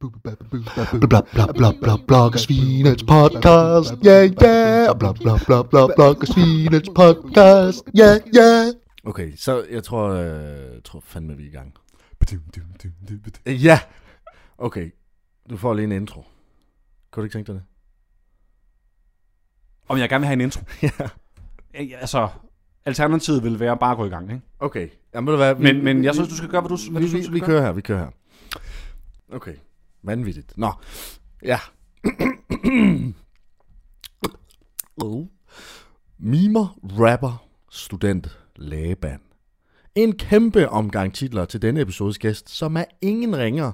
Bla bla bla bla blokkesvinets podcast, ja yeah, ja, yeah. bla bla bla bla blokkesvinets podcast, ja yeah, ja. Yeah. Okay, så jeg tror, øh, tror fandme, vi er i gang. Øh, Ja! Okay, du får lige en intro. Kunne du ikke tænke dig det? Om jeg gerne vil have en intro. ja. Øh, Altså, alternativet vil være bare at gå i gang, ikke? Okay, jamen ved du hvad? vi- Men, men jeg vi- synes, du skal gøre, hvad du, hvad vi, du synes, vi, du vi skal kører her, vi kører her. Okay, vanvittigt. Nå, ja. Oh. Mimer, rapper, student, lægeband. En kæmpe omgang titler til denne episodes gæst, som er ingen ringer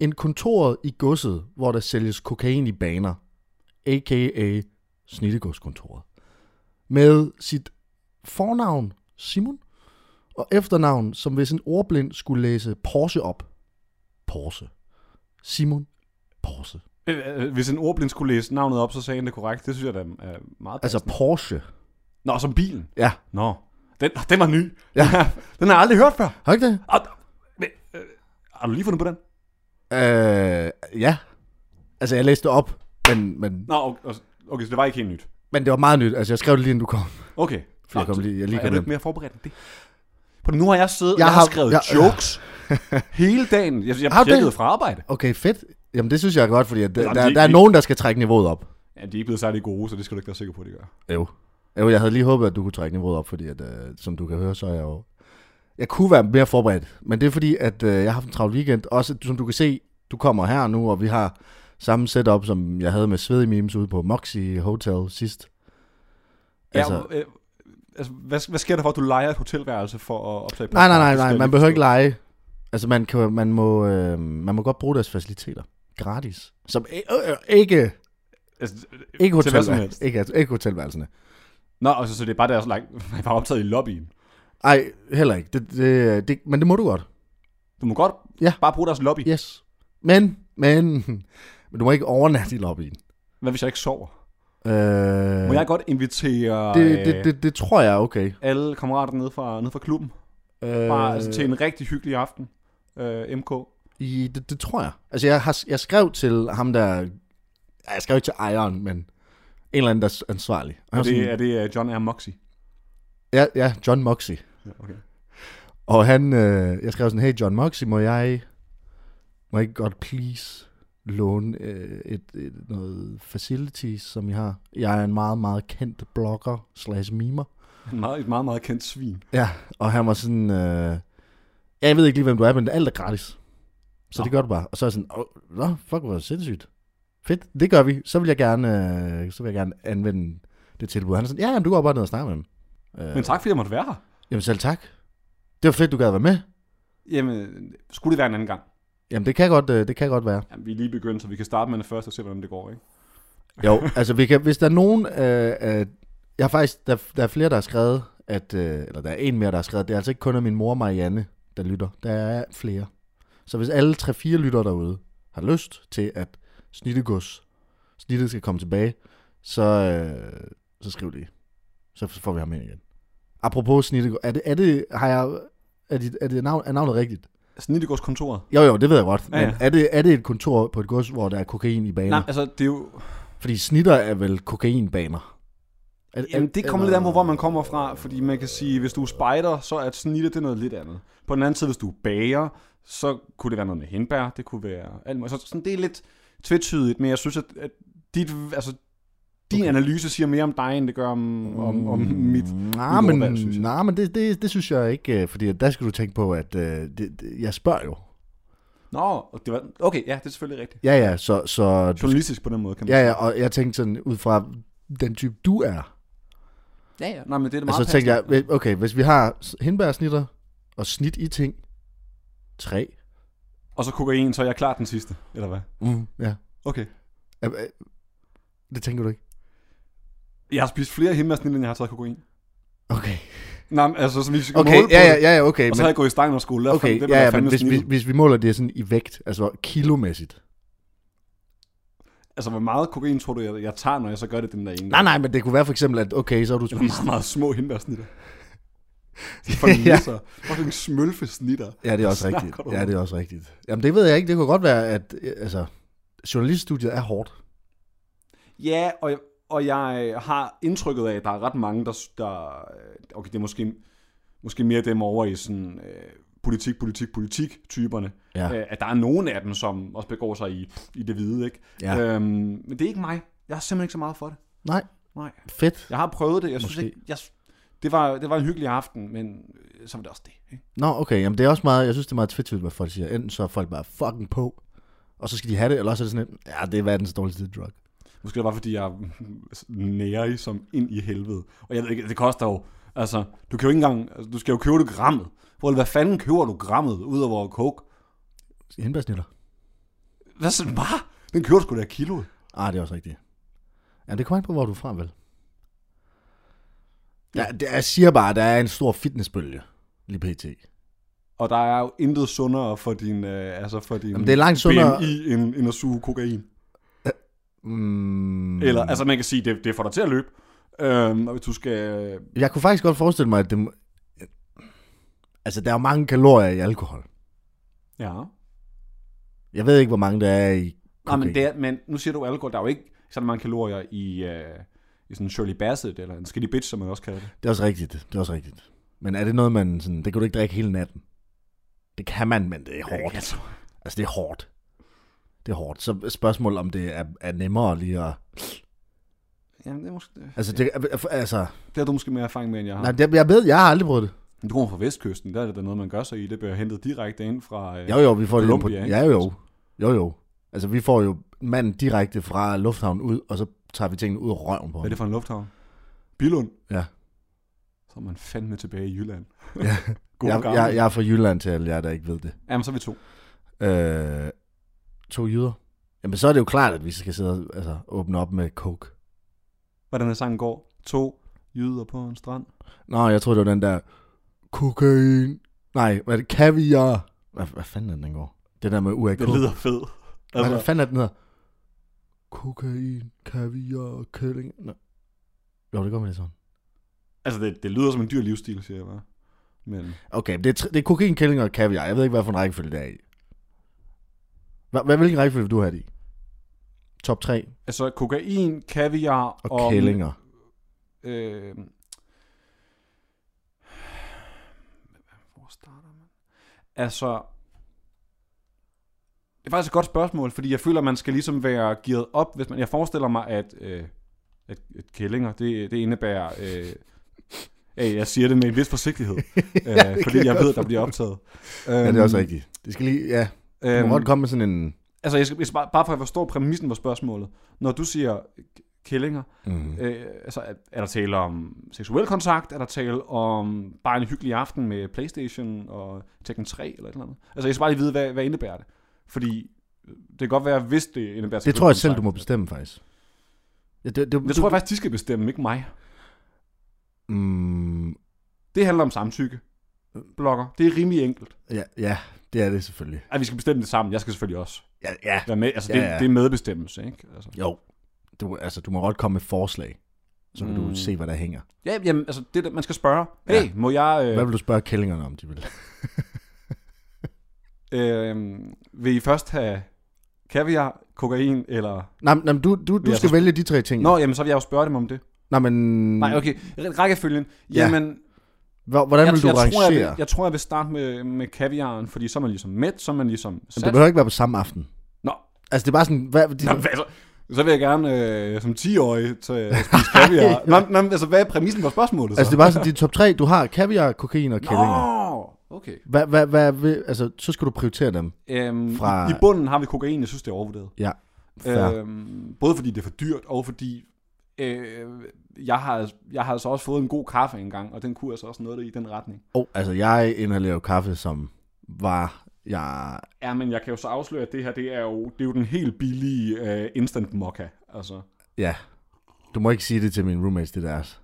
end kontoret i godset, hvor der sælges kokain i baner, a.k.a. Snittegodskontoret. Med sit fornavn Simon, og efternavn, som hvis en ordblind skulle læse Porsche op. Porsche. Simon Porsche. Øh, øh, Hvis en ordblind skulle læse navnet op, så sagde han det korrekt. Det synes jeg da er meget Altså passende. Porsche. Nå, som bilen. Ja. Nå, den, ah, den var ny. Ja. Ah, den har jeg aldrig hørt før. Har du ikke det? Og, men, øh, har du lige fundet på den? Øh, ja. Altså, jeg læste det op, men, men, Nå, okay, okay, så det var ikke helt nyt. men det var meget nyt. Altså, jeg skrev det lige, inden du kom. Okay. For jeg kom lige, jeg lige er kom du hjem. ikke mere forberedt end det? På det, nu har jeg siddet, jeg, Jeg jeg har, har- skrevet jeg- jokes hele dagen. Jeg, jeg Har du tjekkede det? fra arbejde. Okay, fedt. Jamen, det synes jeg er godt, fordi at der, Jamen, der, det- der er det- nogen, der skal trække niveauet op. Ja, de er ikke blevet særlig gode, så det skal du ikke være sikker på, at de gør. Jo. Jo, jeg havde lige håbet, at du kunne trække niveauet op, fordi at, øh, som du kan høre, så er jeg jo... Jeg kunne være mere forberedt, men det er fordi, at øh, jeg har haft en travl weekend. Også som du kan se, du kommer her nu, og vi har samme setup, som jeg havde med svedige memes ude på Moxie Hotel sidst. Altså, Altså, ja, øh, altså hvad, hvad sker der for, at du leger et hotelværelse for at optage nej, nej, nej, Det skal nej, jeg man lige behøver ikke forstå. lege. Altså, man, kan, man, må, øh, man må godt bruge deres faciliteter. Gratis. Som øh, øh, ikke, Altså, ikke, Til hvad som hotelværelserne. helst. Ikke, altså, ikke hotelværelserne. Nå, altså, så det er bare deres lang... Man er bare optaget i lobbyen. Ej, heller ikke. Det, det, det, men det må du godt. Du må godt Ja. ja. bare bruge deres lobby. Ja. Yes. Men, men, men du må ikke overnatte i lobbyen. Hvad hvis jeg ikke sover? Øh, Må jeg godt invitere øh, det, det, det, det tror jeg er okay. alle kammerater nede fra, nede fra klubben? Øh, Bare øh... altså, til en rigtig hyggelig aften, øh, MK. i, det, det tror jeg. Altså, jeg, har, jeg skrev til ham, der... Ej, Jeg skrev ikke til ejeren, men en eller anden, der er ansvarlig. Og han Er var det, sådan, er det øh, John R. Moxie? ja, ja, John Moxie. Ja, okay. Og han, øh, jeg skrev sådan, hey John Moxie, må jeg, må jeg ikke godt please låne øh, et, et, noget facilities, som I har? Jeg er en meget, meget kendt blogger slash mimer. En meget, et meget, meget kendt svin. Ja, og han var sådan, øh, ja, jeg ved ikke lige, hvem du er, men alt er gratis. Så Nå. det gør du bare. Og så er jeg sådan, oh, nå, fuck, hvor sindssygt. Fedt, det gør vi. Så vil jeg gerne, øh, så vil jeg gerne anvende det tilbud. Han er sådan, ja, jamen, du går bare ned og snakker med ham. Øh, Men tak, fordi jeg måtte være her. Jamen selv tak. Det var fedt, du gad være med. Jamen, skulle det være en anden gang? Jamen det kan godt, øh, det kan godt være. Jamen, vi er lige begyndt, så vi kan starte med det første og se, hvordan det går, ikke? Jo, altså vi kan, hvis der er nogen... Øh, øh, jeg har faktisk, der, der er flere, der har skrevet, at, øh, eller der er en mere, der har skrevet, det er altså ikke kun af min mor Marianne, der lytter. Der er flere. Så hvis alle 3-4 lytter derude har lyst til, at snittegods, snittet skal komme tilbage, så, øh, så skriv lige. Så får vi ham ind igen. Apropos snittegods, er det, er det, har jeg, er det, er det navn, er navnet rigtigt? Snittegårdskontoret. Jo, jo, det ved jeg godt. Men Ja, ja, ja. ja. Er, det, er det et kontor på et gods, hvor der er kokain i baner? Nej, altså, det er jo... Fordi snitter er vel kokainbaner? Er, Jamen, det kommer lidt an på, hvor man kommer fra, fordi man kan sige, hvis du er spejder, så er snitte det noget lidt andet. På den anden side, hvis du er bager, så kunne det være noget med henbær, det kunne være alt muligt. Så sådan, det er lidt tvetydigt, men jeg synes, at, at dit, altså, din okay. analyse siger mere om dig, end det gør om, om, om mit. Mm, Nej, men, ordvalg, synes jeg. nej, men det, det, det synes jeg ikke, øh, fordi at der skal du tænke på, at øh, det, det, jeg spørger jo. Nå, det var, okay, ja, det er selvfølgelig rigtigt. Ja, ja, så, så du, Journalistisk på den måde, kan man ja, ja, og jeg tænkte sådan, ud fra den type du er, sige. ja, ja. Nej, men det er det meget altså tænkte jeg, passende. hvi- okay, hvis vi har s- hindbærsnitter og snit i ting, tre, Og så kokain, så er jeg klar den sidste, eller hvad? mm. ja, Okay. Øh, øh, det tænker du ikke? Jeg har spist flere himmersnit, end jeg har taget kokain. Okay, Nej, men altså, så vi skal okay, måle på ja, det. ja, ja, okay, Og så har jeg gået i stangen og skulle lære Okay, det, ja, ja, men hvis vi, hvis vi måler det sådan i vægt, altså kilomæssigt. Altså, hvor meget kokain tror du, jeg, jeg tager, når jeg så gør det den der ene? Nej, nej, men det kunne være for eksempel, at okay, så har du Det er spist... meget, meget små hindbærsnitter. For nisser. Fucking smølfesnitter. Ja, det er også Snakker rigtigt. du om? Ja, det er også rigtigt. Jamen, det ved jeg ikke. Det kunne godt være, at øh, altså, journaliststudiet er hårdt. Ja, og, og jeg har indtrykket af, at der er ret mange, der... der øh, okay, det er måske, måske mere dem over i sådan... Øh, politik, politik, politik-typerne. Ja. Øh, at der er nogen af dem, som også begår sig i, i det hvide, ikke? Ja. Øhm, men det er ikke mig. Jeg er simpelthen ikke så meget for det. Nej, Nej. fedt. Jeg har prøvet det. Jeg synes Måske. ikke... Jeg, det, var, det var en hyggelig aften, men øh, så var det også det. Ikke? Nå, okay. Jamen, det er også meget, jeg synes, det er meget tvetydigt, hvad folk siger. Enten så er folk bare fucking på, og så skal de have det, eller også er det sådan en, ja, det er verdens dårligste drug. Måske det var, fordi jeg er nære som ind i helvede. Og jeg ved ikke, det koster jo... Altså, du kan jo ikke engang... Altså, du skal jo købe det grammet. Hvor, hvad fanden køber du grammet, udover coke? Hindbærsnitter. Hvad så? Hvad? Den køber du sgu da af kiloet. Ah, det er også rigtigt. Ja, det kommer an på, hvor du er fra, vel? Ja, det, jeg siger bare, der er en stor fitnessbølge lige pt. Og der er jo intet sundere for din, øh, altså for din Jamen, det er langt sundere- BMI, end, end at suge kokain. Mm, Eller, altså man kan sige, det, det får dig til at løbe. Øhm, og hvis du skal... Jeg kunne faktisk godt forestille mig, at det... må- Altså, der er jo mange kalorier i alkohol. Ja. Jeg ved ikke, hvor mange der er i Nej, kokain. men, det er, men nu siger du alkohol, der er jo ikke så mange kalorier i, øh, i sådan Shirley Bassett, eller en skinny bitch, som man også kalder det. det er også rigtigt. Det er også rigtigt. Men er det noget, man sådan... Det kan du ikke drikke hele natten. Det kan man, men det er hårdt. Jeg tror- Altså, det er hårdt. Det er hårdt. Så spørgsmål, om det er, er nemmere lige at... Jamen, det er måske... Det Altså, det, altså har du måske mere erfaring med, end jeg har. nej, jeg, jeg ved, jeg har aldrig prøvet det. Du kommer fra Vestkysten, der er det da noget, man gør sig i. Det bliver hentet direkte ind fra... Øh, Jo, jo, vi får det Colombia, ind på... ikke? Ja, jo, jo. Jo, jo. Altså, vi får jo manden direkte fra lufthavnen ud, og så tager vi tingene ud af røven på Hvad er ham. det for en lufthavn? Bilund. Ja. Så er man fandme tilbage i Jylland. Ja. God jeg, jeg, jeg er fra Jylland til alle jer, der ikke ved det. Jamen, så er vi to. Øh, to jyder. Jamen, så er det jo klart, at vi skal sidde og altså, åbne op med coke. Hvordan er sangen går? To jyder på en strand. Nå, jeg tror det var den der... Kokain. Nej, hvad er det? Kaviar. Hvad, hvad fanden er den, den går? Det der med UAK. Det lyder fed. Altså. Hvad Altså, fanden er den hedder? Kokain, kaviar, kælling. Nå. Jo, det går med det sådan. altså det, det lyder som en dyr livsstil, siger jeg bare. Men Okay, men det er, tri- det er kokain, kælling og kaviar. Jeg ved ikke, hvad for en rækkefølge det er i. Hvad, hvad, hvilken rækkefølge vil du have det i? Top 3 altså kokain, kaviar og... og, og kællinger. Øh, hvor starter man? Altså... Det er faktisk et godt spørgsmål, fordi jeg føler, at man skal ligesom være gearet op, hvis man... Jeg forestiller mig, at, øh, at, at kællinger, det, det indebærer... Øh, ja, jeg siger det med en vis forsigtighed, Ja, øh, det fordi kan jeg jeg ved, godt der bliver optaget. Ja, det er Øhm, også rigtigt. Det skal lige, ja. Du må øhm, godt komme med sådan en... Altså, jeg skal, jeg skal bare, bare for at forstå præmissen på spørgsmålet. Når du siger k- kællinger, Mm. øh, altså, er, er der tale om seksuel kontakt? Er der tale om bare en hyggelig aften med Playstation og Tekken 3 eller et eller andet? Altså, jeg skal bare lige vide, hvad, hvad indebærer det? Fordi øh, det kan godt være, hvis det indebærer Det seksuel tror jeg selv, du må kontakt. bestemme, faktisk. Ja, det, det, Det tror jeg faktisk, de skal bestemme, ikke mig. Mm, Det handler om samtykke. Blokker. Det er rimelig enkelt. ja, ja, det er det selvfølgelig. At vi skal bestemme det sammen. Jeg skal selvfølgelig også Ja, ja. være med. Altså, det, Ja, ja, ja. ja. det er medbestemmelse, ikke? Altså. Jo. Du, altså, du må godt komme med forslag, så kan mm. du Mm. se, hvad der hænger. Ja, jamen, altså, det, er det, man skal spørge. Ja. Hey, ja. må jeg... Øh, Hvad vil du spørge kællingerne om, de vil? Øh, vil I først have kaviar, kokain eller... Nej, men- nej, men du, du, du jeg skal så- vælge de tre ting. Nå, jamen så vil jeg jo spørge dem om det. Mm. Nej, men Nej, okay. Rækkefølgen. Ja. Jamen, hvor- hvordan jeg, vil du jeg, tror, jeg, rangere? vil, jeg tror, jeg vil starte med, med kaviaren, fordi så er man ligesom mæt, så er man ligesom Jamen, sat. Det behøver ikke være på samme aften. Nå. Altså, det er bare sådan... Hvad, de, Nå, hvad, så, så vil jeg gerne øh, som 10-årig tage spise kaviar. nå, nå, men altså, hvad er præmissen for spørgsmålet så? altså, det er bare sådan, de top tre, du har kaviar, kokain og kællinger. Nå, okay. Hvad, hvad, hvad, vil- altså, så skal du prioritere dem. Øhm, Fra- Fra... I bunden har vi kokain, jeg synes, det er overvurderet. Ja. Fair. Øhm, både fordi det er for dyrt, og fordi øh, jeg, har, jeg har altså også fået en god kaffe engang, og den kunne altså også noget i den retning. Oh, altså, jeg inhalerer jo kaffe, som var... Jeg, Ja, men jeg kan jo så afsløre, at det her, det er jo, det er jo den helt billige øh, instant mokka. Altså, ja. Du må ikke sige det til mine roommates, det der.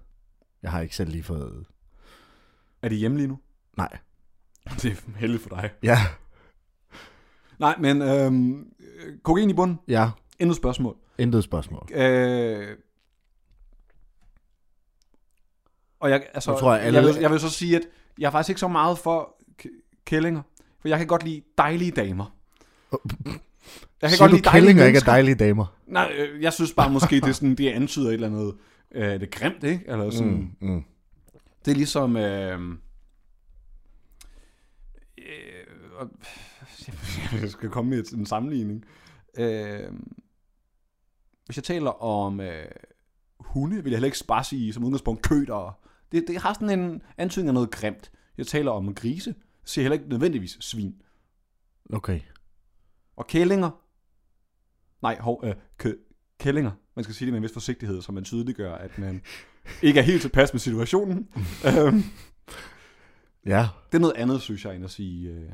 Jeg har ikke selv lige fået... er det hjemme lige nu? Nej. Det er heldigt for dig. Ja. Nej, men øhm, øh, kokain i bunden. Ja. Endnu spørgsmål. Intet spørgsmål. Øh, og jeg, altså, Nu tror jeg, alle- jeg, altså, vil, jeg vil så sige, at Jeg er faktisk ikke så meget for k- kællinger, for jeg kan godt lide dejlige damer. Jeg Siger du kællinger ikke er mennesker. dejlige damer? Nej, øh, jeg synes bare måske, det, er sådan, det antyder et eller andet. Øh, det er grimt, ikke? Eller sådan, mm. Mm. Det er ligesom... Øh, øh, og- jeg skal komme med et- en sammenligning. Øh, hvis jeg taler om øh, hunde, vil jeg heller ikke bare sige som udgangspunkt køter. Det, det har sådan en antydning af noget grimt. Jeg taler om grise, så siger jeg heller ikke nødvendigvis svin. Okay. Og kællinger. Nej, hov, øh, kø- kællinger. Man skal sige det med en vis forsigtighed, så man tydeliggør, at man ikke er helt tilpas med situationen. øhm, Ja, det er noget andet, synes jeg, end at sige... Øh...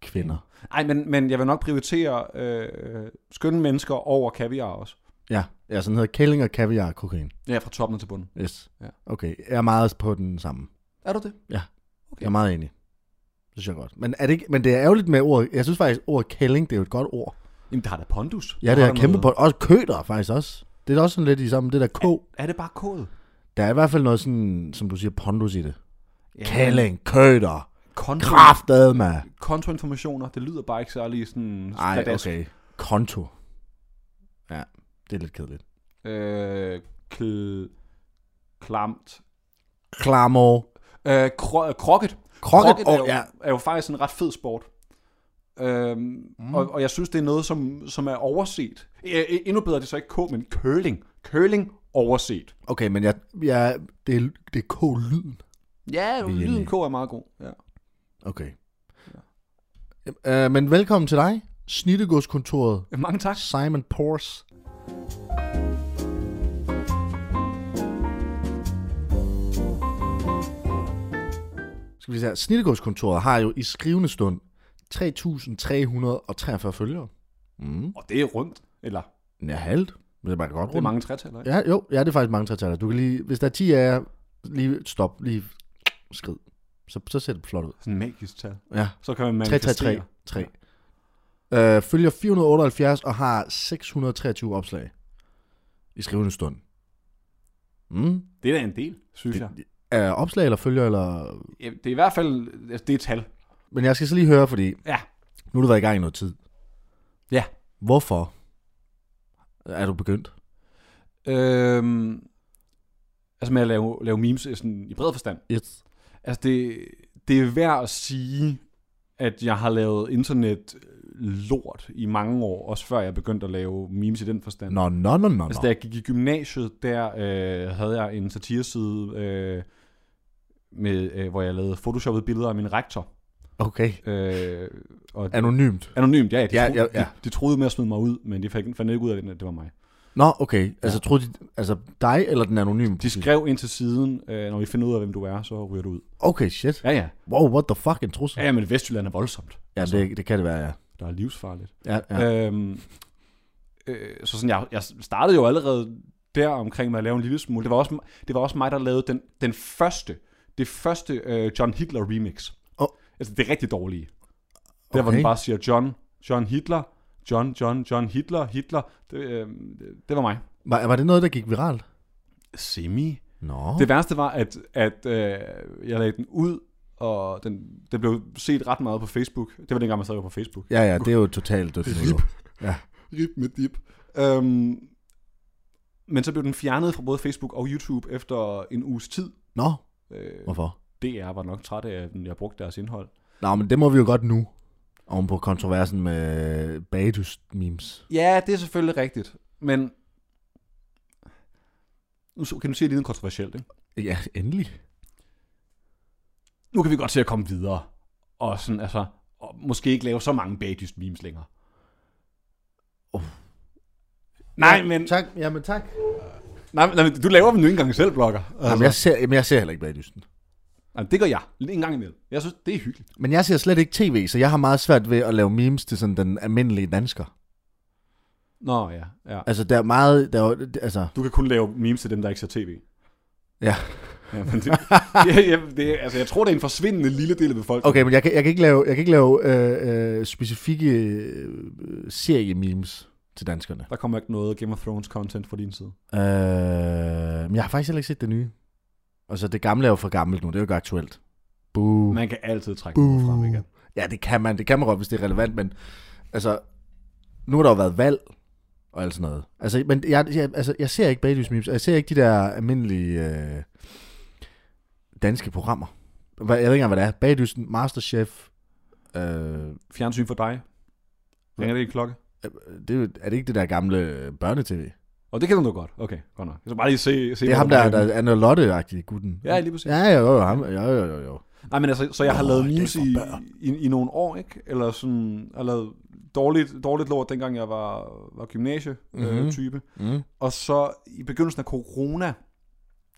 kvinder. Ej, men, men jeg vil nok prioritere øh, skønne mennesker over kaviar også. Ja, ja sådan hedder kællinger, kaviar og kokain. Ja, fra toppen til bunden. Yes. Ja. Okay, jeg er meget på den samme. Er du det? Jeg er meget enig. Det synes jeg godt. Men, er det ikke, men det er ærgerligt med ord. Jeg synes faktisk, ordet kælling, det er jo et godt ord. Jamen, der har da pondus. Ja, det Har er der kæmpe på. noget? Også køder faktisk også. Det er også sådan lidt i sammen, det der k. Er det bare kåd? Der er i hvert fald noget sådan, som du siger, pondus i det. Ja, Kælling, køder, Konto, kraftet med. kontoinformationer, det lyder bare ikke særlig sådan... Ej, pladask. okay. Konto. Ja, det er lidt kedeligt. Øh, kl... Klamt. Klamor. Øh, kro- krokket. Krokket. er, jo, Oh, ja. er jo faktisk en ret fed sport. Øhm, mm. og, og jeg synes, det er noget, som, som er overset. Æ, endnu bedre, det er så ikke K, men curling. Curling overset. Okay, men jeg, jeg, det, er, det er k-lyden. Ja, Vi er enige. lyden K er meget god. Ja. Okay. Ja. Øh, men velkommen til dig, Snittegodskontoret, Mange tak. Simon Pors. Skal vi se her. Snittegodskontoret har jo i skrivende stund 3.343 følgere. Mm. Og det er rundt. Eller, Ja, halvt. Det er bare godt det er rundt. mange tretaller. ikke? Ja, jo, ja, det er faktisk mange tretaller. Du kan lige, hvis der er 10 af jer, lige stop, lige skrid. Så, så ser det flot ud. Sådan en magisk tal. Ja, Så kan man 3, 3, 3, 3. Øh, følger 478 og har 623 opslag i skrivende stund. Mm. Det er da en del, synes det, jeg. Er opslag eller følger, eller... Ja, Det er i hvert fald, altså, det er et tal. Men jeg skal så lige høre, fordi Ja. nu har du været i gang i noget tid. Ja. Hvorfor er du begyndt? Øhm, altså med at lave, lave memes øh, sådan, i bred forstand. Yes. Altså, det, det er værd at sige, at jeg har lavet internet øh, lort i mange år, også før jeg begyndte at lave memes i den forstand. Nå, nå, nå, nå, altså, nå. da jeg gik i gymnasiet, der øh, havde jeg en satireside, øh, med, øh, hvor jeg lavede photoshoppede billeder af min rektor. Okay. Øh, og Anonymt. anonymt, ja, de, Ja, troede, ja, ja. De, de troede med at smide mig ud, men de fik, fandt ikke ud af, at det var mig. Nå, okay. Altså, ja. troede de, altså dig eller den anonyme? De profil? skrev ind til siden, øh, når vi finder ud af, hvem du er, så ryger du ud. Okay, shit. Ja, ja. Wow, what the fuck, en trussel? Ja, Ja, ja, men Vestjylland er voldsomt. ja det, det kan det være, ja. Der er livsfarligt. ja, ja. Ja. Øhm, øh, så sådan, jeg, jeg startede jo allerede der omkring med at lave en lille smule. Det var også, det var også mig, der lavede den, den første, det første øh, John Hitler remix. Åh. Altså det rigtig dårlige. Der hvor Okay. den bare siger John, John Hitler, John, John, John Hitler, Hitler. Det, øh, det- det var mig. Var, var det noget, der gik viralt? Semi. Nå. Det værste var, at, at øh, jeg lagde den ud, og den, den blev set ret meget på Facebook. Det var dengang, man stadig var på Facebook. Ja, ja, det er jo totalt dødt. Rip med dip. Øhm, men så blev den fjernet fra både Facebook og YouTube efter en uges tid. Nå, Øh, hvorfor? DR var nok træt af, at jeg brugte deres indhold. Nå, men det må vi jo godt nu. Oven på kontroversen med bagdyst-memes. Ja, det er selvfølgelig rigtigt, men... Nu så- kan du sige, at det er lidt kontroversielt, ikke? Ja, endelig. Nu kan vi godt se at komme videre, og sådan, altså, og måske ikke lave så mange bagdyst memes længere. Uh. Nej, men, Tak, jamen tak. nej, nej, men du laver dem jo ikke engang selv, blogger. Altså, Jamen, jeg ser, jamen, jeg ser heller ikke bagdysten. nej, det gør jeg, en gang imellem. Jeg synes, det er hyggeligt. Men jeg ser slet ikke tv, så jeg har meget svært ved at lave memes til sådan den almindelige dansker. Nå ja, ja. Altså, der er meget... Der er, jo- altså, Du kan kun lave memes til dem, der ikke ser tv. ja. Ja, men det, ja, ja, det, altså, jeg tror, det er en forsvindende lille del af befolkningen. Okay, men jeg kan, jeg kan ikke lave, jeg kan ikke lave øh, øh, specifikke øh, serie-memes til danskerne. Der kommer ikke noget Game of Thrones content fra din side. Øh, men jeg har faktisk heller ikke set det nye. Altså, det gamle er jo for gammelt nu, det er jo ikke aktuelt. Boo. Man kan altid trække noget frem igen. Ja, det kan man. Det kan man godt, hvis det er relevant, men altså, nu har der jo været valg og alt sådan noget. Altså, men jeg, jeg, altså, jeg ser ikke baglys memes, og jeg ser ikke de der almindelige øh, danske programmer. Hvad- Jeg ved ikke engang, hvad det er. Baglysen, Masterchef, øh, Fjernsyn for dig. Ringer det ikke klokke? det, er jo- er det ikke det der gamle børnetv? Og det kan du da godt. Okay, godt nok. Jeg skal bare lige se... se Det er hvor ham du der, er henne. der er noget Lotte-agtig gutten. Ja, lige præcis. Ja, ja, jo, jo, ham, jo, jo, jo, jo. Nej, men altså, så jeg har Nå, lavet det er memes for i, børn. i, i nogle år, ikke? Eller sådan, jeg har lavet dårligt, dårligt lort, dengang jeg var, var øh, Mhm. gymnasie-type. Mm. Og så i begyndelsen af corona,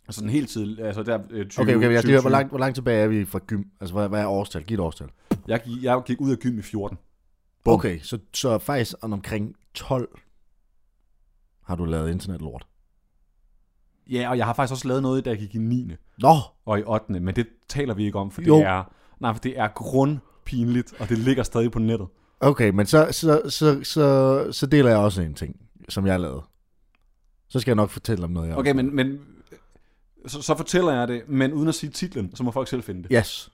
altså den hele tid, altså der øh, 20, Okay, okay, men jeg skal lige høre, hvor 2020. langt, hvor langt tilbage er vi fra gym? Altså, hvad, hvad er årstal? Giv et årstal. Jeg, gik, jeg gik ud af gym i 14. Bum. Okay, så, så faktisk om- omkring 12 har du lavet internetlort. Ja, og jeg har faktisk også lavet noget, da jeg gik i 9. Nå, og i 8. Men det taler vi ikke om, for Jo. det er, nej, for det er grundpinligt, og det ligger stadig på nettet. okay, men så, så, så, så, så deler jeg også en ting, som jeg lavede. Så skal jeg nok fortælle om noget, jeg Okay, men, men så, så fortæller jeg det, men uden at sige titlen, så må folk selv finde det. Yes.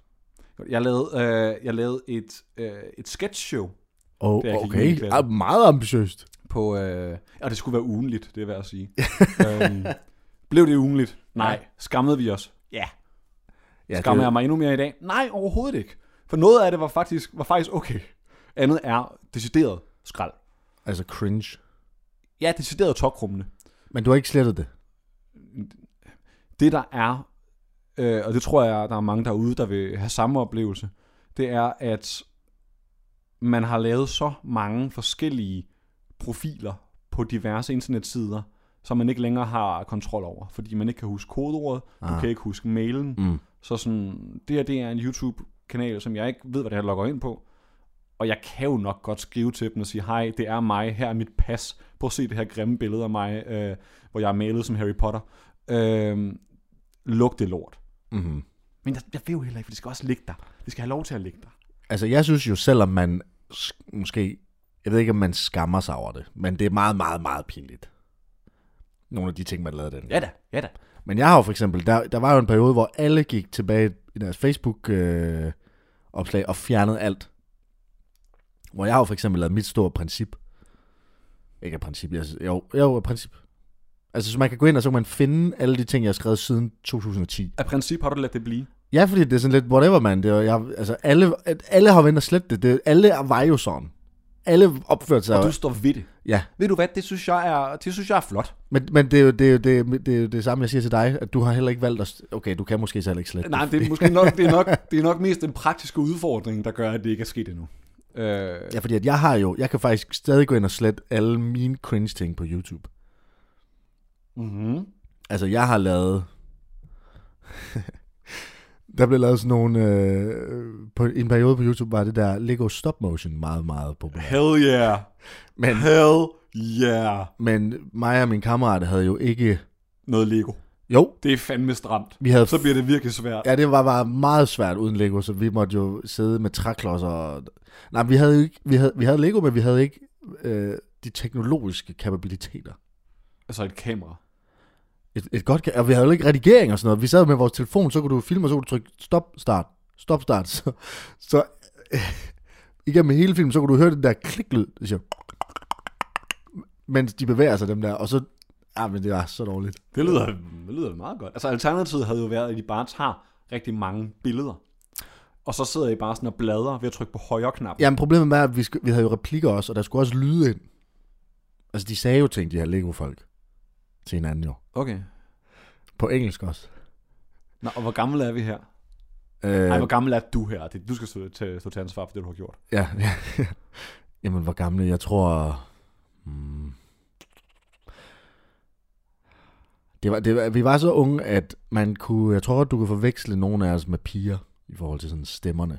Jeg lavede, øh, jeg lavede et, øh, et sketchshow Oh, Det er jeg ikke okay, helt glad for. ah, meget ambitiøst. på, øh, og det skulle være ugenligt, det er værd at sige. øhm, blev det ugenligt? Nej. Skammede vi os? Ja. Ja, Skammer det, jeg mig endnu mere i dag? Nej, overhovedet ikke. For noget af det var faktisk, var faktisk okay. Andet er decideret skrald. Altså cringe. Ja, decideret tokrummende. Men du har ikke slettet det. det der er, øh, og det tror jeg, der er mange derude, der vil have samme oplevelse, det er, at man har lavet så mange forskellige profiler på diverse internetsider, som man ikke længere har kontrol over, fordi man ikke kan huske kodeordet, du Ah. kan ikke huske mailen, Mm. så sådan, det her det er en YouTube-kanal, som jeg ikke ved, hvad det her logger ind på, og jeg kan jo nok godt skrive til dem og sige, hej, det er mig, her er mit pas, prøv at se det her grimme billede af mig, øh, hvor jeg er malet som Harry Potter. Øh, luk det lort. Mm-hmm. Men jeg, jeg vil jo heller ikke, for det skal også ligge der. Det skal have lov til at ligge der. Altså, jeg synes jo, selvom man sk- måske... Jeg ved ikke, om man skammer sig over det, men det er meget, meget, meget pinligt. Nogle af de ting, man lavede den. Ja da, ja da. Men jeg har jo for eksempel, der, der var jo en periode, hvor alle gik tilbage i deres Facebook-opslag øh, opslag og fjernede alt. Hvor jeg har jo for eksempel lavet mit store princip. Ikke et princip, jeg, jo, jo, et princip. Altså, så man kan gå ind, og så kan man finde alle de ting, jeg har skrevet siden 2010. Af princip har du ladet det blive. Ja, fordi det er sådan lidt whatever, man. Det er, jo- jeg, altså, alle, at alle har vendt og slet det. det. Alle var jo sådan. Alle opførte sig. Og jo- du står ved det. Ja, Ved du hvad, det synes jeg er, det synes jeg er flot. men, men det, er jo, det, er jo, det, er, jo- det er jo det samme, jeg siger til dig, at du har heller ikke valgt at... Okay, du kan måske så heller ikke slette Nej, det er måske nok, det er nok, det er nok mest den praktiske udfordring, der gør, at det ikke er sket endnu. Øh, Ja, fordi at jeg har jo, jeg kan faktisk stadig gå ind og slette alle mine cringe ting på YouTube. mm-hmm. Altså, jeg har lavet... der blev lavet sådan nogle... Øh, på, i en periode på YouTube var det der Lego Stop Motion meget, meget populært. Hell yeah. Men, Hell yeah. men mig og min kammerat havde jo ikke... Noget Lego. Jo, Det er fandme stramt. vi havde... Så bliver det virkelig svært. Ja, det var, var meget svært uden Lego, så vi måtte jo sidde med træklodser. Og... Nej, vi havde, jo ikke, vi, havde, vi havde Lego, men vi havde ikke øh, de teknologiske kapabiliteter. Altså et kamera. Et, et godt, ka- og vi havde jo ikke redigering og sådan noget. Vi sad med vores telefon, så kunne du filme, og så kunne du trykke stop, start, stop, start. Så, så øh, igennem hele filmen, så kunne du høre den der kliklyd, det siger, mens de bevæger sig, dem der. Og så, ah, men det var så dårligt. Det lyder, det lyder meget godt. Altså alternativet havde jo været, at I bare tager rigtig mange billeder. Og så sidder I bare sådan og bladrer ved at trykke på højre knap. Jamen problemet var, at vi, sk- vi havde jo replikker også, og der skulle også lyde ind. Altså de sagde jo ting, de her Lego-folk, til hinanden jo. Okay. På engelsk også. Nå, og hvor gammel er vi her? Øh, Nej, hvor gammel er du her? Det, du skal stå til, stå til ansvar for det, du har gjort. Ja, ja. Jamen, hvor gamle? Jeg tror... Hmm. Det var, det var, vi var så unge, at man kunne... Jeg tror godt, du kunne forveksle nogle af os med piger i forhold til sådan stemmerne.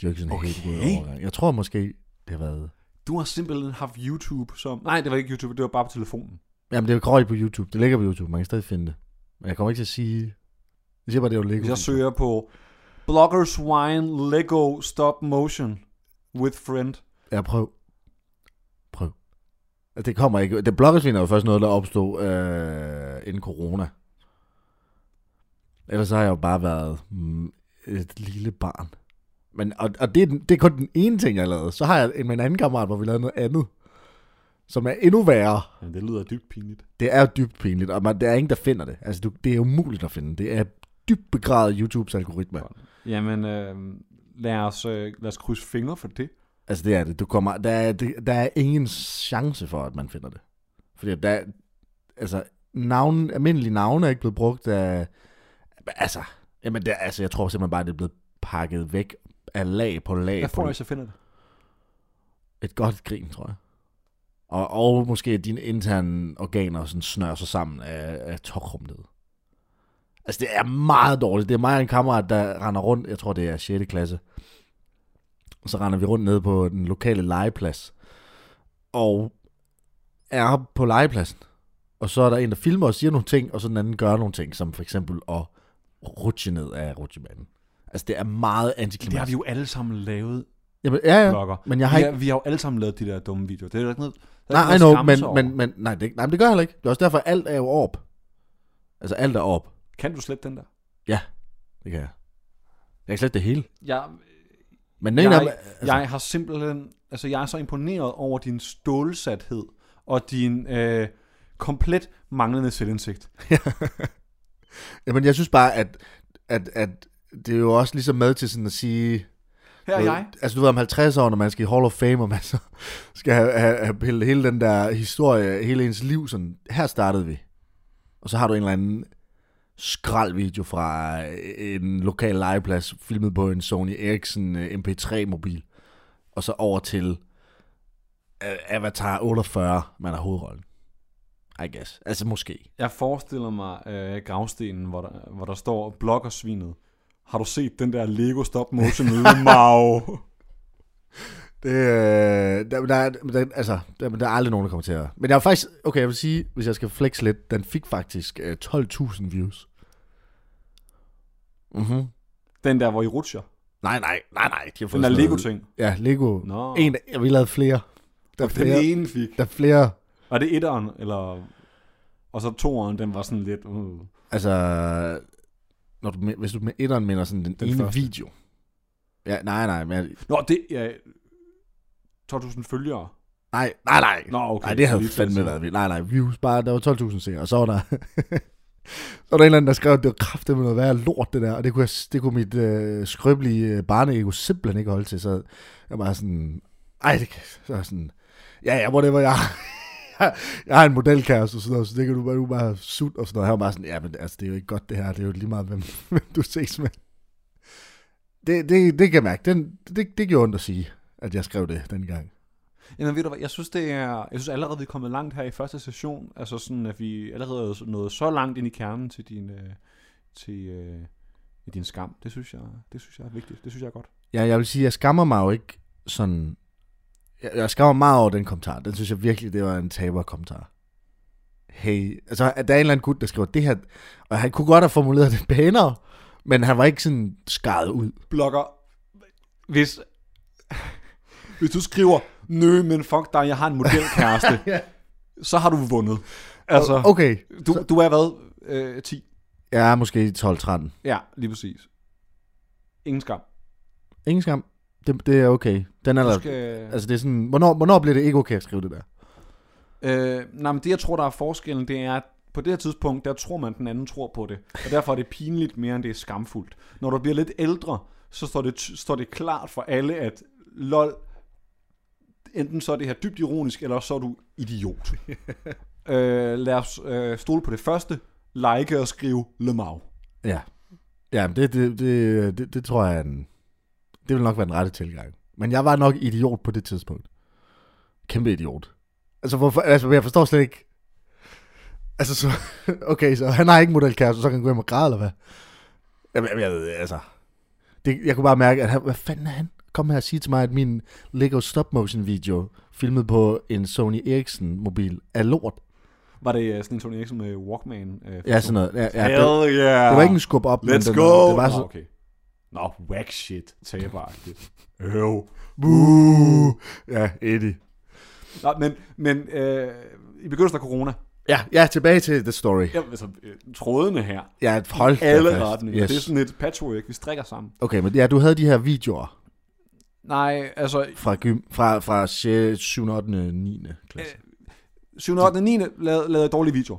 De var ikke sådan okay. helt Okay. gode overgang. Jeg tror måske, det har været... Du har simpelthen haft YouTube som... Nej, det var ikke YouTube, det var bare på telefonen. Jamen, det er grådigt på YouTube. Det ligger på YouTube. Man kan stadig finde det. Men jeg kommer ikke til at sige... Jeg siger bare, det er jo Lego. Hvis jeg søger på Bloggers Wine Lego Stop Motion with Friend. Ja, prøv. Prøv. Altså, Det kommer ikke. Det blokkesvin er jo først noget, der opstod øh, inden corona. Ellers så har jeg jo bare været mm, et lille barn. Men, og, og det, er den- det er kun den ene ting, jeg lavede. Så har jeg en med en anden kammerat, hvor vi lavede noget andet, som er endnu værre. Jamen, det lyder dybt pinligt. Det er jo dybt pinligt, og man, der er ingen, der finder det. Altså, du, det er umuligt at finde. Det er dybt begravet YouTubes algoritme. Jamen, øh, lad, os, øh, lad os krydse fingre for det. Altså, det er det. Du kommer, der, er, det, der er ingen chance for, at man finder det. Fordi der er, altså, navn, almindelige navne er ikke blevet brugt af... Altså, jamen, der, altså, jeg tror simpelthen bare, det er blevet pakket væk af lag på lag. Hvad på får jeg, så finder det? Et godt grin, tror jeg. Og, og måske at dine interne organer sådan snører sig sammen af, af tokrumlet. Altså, det er meget dårligt. Det er mig og en kammerat, der render rundt. Jeg tror, det er 6. klasse. Og så render vi rundt ned på den lokale legeplads. Og er på legepladsen. Og så er der en, der filmer og siger nogle ting, og så den anden gør nogle ting, som for eksempel at rutsche ned af rutsjebanen. Altså, det er meget Det har vi antiklimatisk. jo alle sammen lavet, Jamen, ja, ja. blogger. Men jeg har Vi, ikke... har, vi har jo alle sammen lavet de der dumme videoer. Det er jo ikke noget, der er Nej, I ikke noget know, at skamme men, sig over. men, men, nej, det, nej, men det gør jeg heller ikke. Det er også derfor, alt er jo op. Altså, alt er op. Kan du slette den der? Det kan jeg. Jeg kan slet det hele. Jeg, Men den jeg, ene af jeg, dem- altså, jeg har simpelthen... Altså, jeg er så imponeret over din stålsathed og din øh, komplet manglende selvindsigt. Jamen, jeg synes bare, at, at, at det er jo også ligesom med til sådan at sige... Her er du ved, jeg. Altså, du ved, om 50 år, når man skal i Hall of Fame, og man så skal have, have, have pillet hele den der historie, hele ens liv, sådan, her startede vi. Og så har du en eller anden skraldvideo fra øh, en lokal legeplads, filmet på en Sony Ericsson øh, MP3-mobil, og så over til øh, Avatar 48, man har hovedrollen. I guess. Altså, måske. Jeg forestiller mig øh, gravstenen, hvor der, hvor der står bloggersvinet. Har du set den der Lego stop motion ude Mau? Det, øh, der, der, er- der, altså, der, der er aldrig nogen, der kommer til at... Men jeg er faktisk... Okay, jeg vil sige, hvis jeg skal flex lidt, den fik faktisk øh, 12.000 views. Mhm. Den der, hvor I rutscher. Nej, nej, nej, nej. De har fået Den der sådan noget- Lego-ting. Ja, Lego. No. Nå, En, jeg vil lavede flere. Der er den flere, ene fik. der er flere... Var det etteren, eller... Og så toeren, den var sådan lidt... Uh. Altså, når du, men- hvis du med etteren mener sådan den, Den ene første. video. Ja, nej, nej, men, jeg- Nå, det er... 12.000 følgere. nej, nej, nej. Nå, okay. Nej, det havde Lige til at fandme sige. været vildt. Nej, nej, views bare, der var 12.000 seere, og så var der... så var der en eller anden, der skrev, at det var kraftigt med noget værre lort, det der, og det kunne, jeg, det kunne mit øh, skrøbelige øh, barneego simpelthen ikke holde til, så jeg var sådan... Ej, det kan... Så var jeg sådan... Ja, ja, whatever, jeg jeg har en modelkæreste og sådan noget, så det kan du bare, du bare sut og sådan noget. Han var bare sådan, ja, men altså, det er jo ikke godt det her, det er jo lige meget, hvem, hvem du ses med. Det, det, det kan jeg mærke, Den, det, det gjorde ondt at sige, at jeg skrev det dengang. Jamen ved du hvad, jeg synes, det er, jeg synes allerede, vi er kommet langt her i første session. Altså sådan, at vi allerede er nået så langt ind i kernen til din, øh, til, øh, din skam. Det synes, jeg, det synes jeg er vigtigt. Det synes jeg er godt. Ja, jeg vil sige, jeg skammer mig jo ikke sådan... Jeg, jeg skammer mig meget over den kommentar. Den synes jeg virkelig, det var en taberkommentar. Hey, altså, at der er en eller anden gut, der skriver det her... Og han kunne godt have formuleret det pænere, men han var ikke sådan skaret ud. Blogger, hvis, hvis du skriver, nø, men fuck dig, jeg har en modelkæreste, Ja. så har du vundet. Altså, Okay, du, du er hvad? Øh, 10? jeg er måske 12-13. Ja, lige præcis. Ingen skam. Ingen skam. Det, det er okay. Den er Du der... skal... Altså, det er sådan... Hvornår, hvornår bliver det ikke okay at skrive det der? Øh, nej, men det jeg tror, der er forskellen, det er, at på det her tidspunkt, der tror man, at den anden tror på det. Og derfor er det pinligt mere, end det er skamfuldt. Når du bliver lidt ældre, så står det, ty- står det klart for alle, at lol, enten så er det her dybt ironisk, eller så er du idiot. øh, lad os øh, stole på det første, like og skrive Le Mau. Ja. Ja, men det, det, det, det, det tror jeg er en, Det vil nok være den rette tilgang. Men jeg var nok idiot på det tidspunkt. Kæmpe idiot. Altså, hvorfor, altså jeg forstår slet ikke... Altså, så, okay, så han har ikke modelkæreste, så kan han gå hjem og græde, eller hvad? Jamen, jeg, jeg ved, altså... Det, jeg kunne bare mærke, at han, hvad fanden er han? Kom her og sige til mig, at min Lego stop motion video, filmet på en Sony Ericsson mobil, er lort. Var det øh, sådan en Tony Eriksen med Walkman? Øh, Ja, sådan noget. Ja, ja, det, Hell yeah! det var ikke en skub op, Let's den, go! det var Nå, så, okay. Nå, whack shit. Taberagtigt. Øv. Buh! Ja, Eddie. Nå, men, men øh, i begyndelsen af corona, Ja, ja, tilbage til The Story. Ja, altså, øh, trådene her. Ja, hold da Alle fast. retninger. Yes. Det er sådan et patchwork, vi strikker sammen. Okay, men ja, du havde de her videoer Nej, altså, fra, gym, fra, fra 6, 7, 8, 9. klasse. Øh, 7. 8. 9. lavede, lavede dårlige videoer.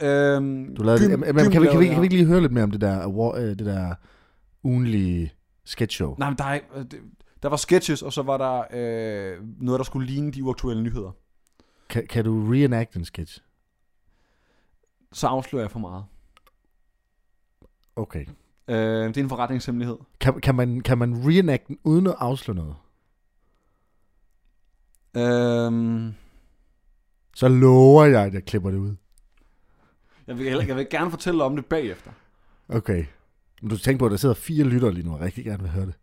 Øhm, Du lavede, gym- gym, men, gym kan, vi, kan, vi, lavede kan vi ikke lige høre lidt mere om det der, award, øh, det der ugenlige sketchshow? Nej, men der, er, ikke- øh, det- der var sketches, og så var der øh, noget, der skulle ligne de aktuelle nyheder. Kan, kan du reenact en sketch? Så afslører jeg for meget. Okay. Øh, det er en forretningshemmelighed. Kan, kan, man, kan man reenact den uden at afsløre noget? Øh, Så lover jeg, at jeg klipper det ud. jeg, vil, heller- jeg vil gerne fortælle om det bagefter. Okay. Men du tænker på, at der sidder fire lyttere lige nu, og rigtig gerne vil høre det.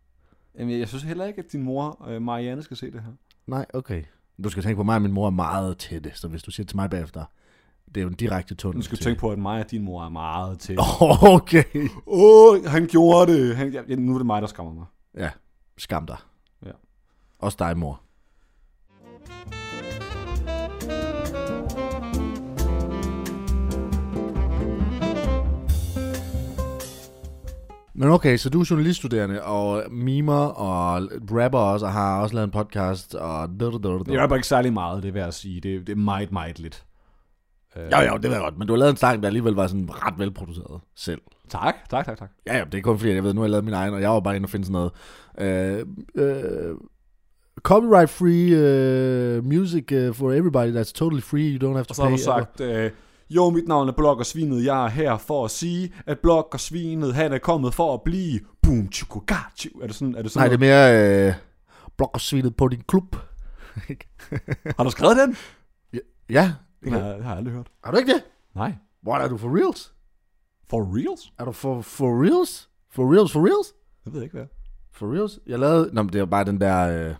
Jamen, jeg- jeg synes heller ikke, at din mor, øh, Marianne, skal se det her. Nej, okay. Du skal tænke på, at mig og min mor er meget tætte, så hvis du siger til mig bagefter, det er jo en direkte tunnel. Du skal til- tænke på, at mig og din mor er meget til. Åh, Okay. oh. oh, han gjorde det! Han, ja, nu er det mig, der skammer mig. Ja, skam dig. Ja. Også dig, mor. Men okay, så du er journaliststuderende, og mimer og rapper også, og har også lavet en podcast, og... Jeg rapper ikke særlig meget, det vil jeg sige. Det, det er meget, meget lidt. Øh, Jo, jo, det ved jeg godt, men du har lavet en sang, der alligevel var sådan ret velproduceret selv. Tak, tak, tak, tak. Ja, ja, det er kun fordi, jeg ved, nu har jeg lavet min egen, og jeg var bare inde og finde sådan noget. Øh, øh, copyright-free øh, music øh, for everybody, that's totally free, you don't have to Og så har pay. du sagt, øh, jo, mit navn er Blok og Svinet, jeg er her for at sige, at Blok og Svinet, han er kommet for at blive. Boom, tjukugachu. Er det sådan, er det Nej, sådan det er mere noget? øh, blokkersvinet på din klub. Har du skrevet den? ja, Det har, jeg- det har jeg aldrig hørt. har du ikke det? Nej. What, er du for reals? For reals? Er du for, for reals? For reals, for reals? Jeg ved ikke, hvad. For reals? Jeg lavede... Nå, men det er jo bare den der... Øh,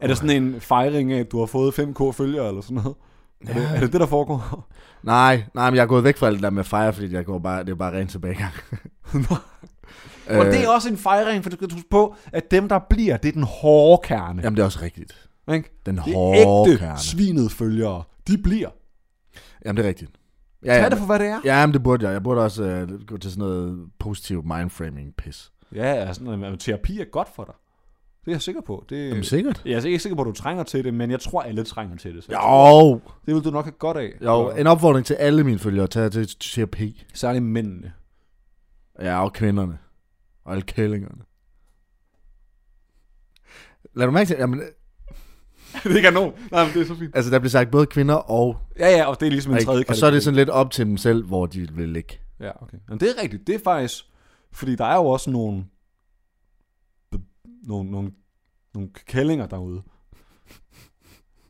Er det sådan en fejring af, at du har fået 5k følgere eller sådan noget? Er, det, er det det, der foregår? nej, nej, men jeg er gået væk fra alt det der med fire, fordi jeg går bare, det er bare ren tilbagegang. Øh, Nå. Og det er også en fejring, for du skal huske på, at dem, der bliver, det er den hårde kerne. Jamen, det er også rigtigt. Ikke? Den Det er hårde ægte kerne. svinet følgere. De bliver. Jamen, det er rigtigt. Ja, Tag ja, det for, hvad det er. Ja, men det burde jeg. Jeg burde også øh, gå til sådan noget positiv mindframing-pis. Ja, sådan noget, men terapi er godt for dig. Det er jeg sikker på. Det, altså, Jamen sikkert. Jeg er ikke sikker på, at du trænger til det, men jeg tror, alle trænger til det. Så Jo, Det vil du nok have godt af. jo. En opfordring til alle mine følgere. Tag til terapi. Særligt mændene. Ja, og kvinderne. Og alle kællingerne. Lad du mærke til, jamen, det er ikke nogen. Nej, men det er så fint. altså der bliver sagt både kvinder og... Ja, ja, og det er ligesom en tredje og så er det kategori. sådan lidt op til dem selv, hvor de vil ligge. Ja, okay. Men det er rigtigt. Det er faktisk... Fordi der er jo også nogle... b- Nogle, nogle, nogle kællinger derude.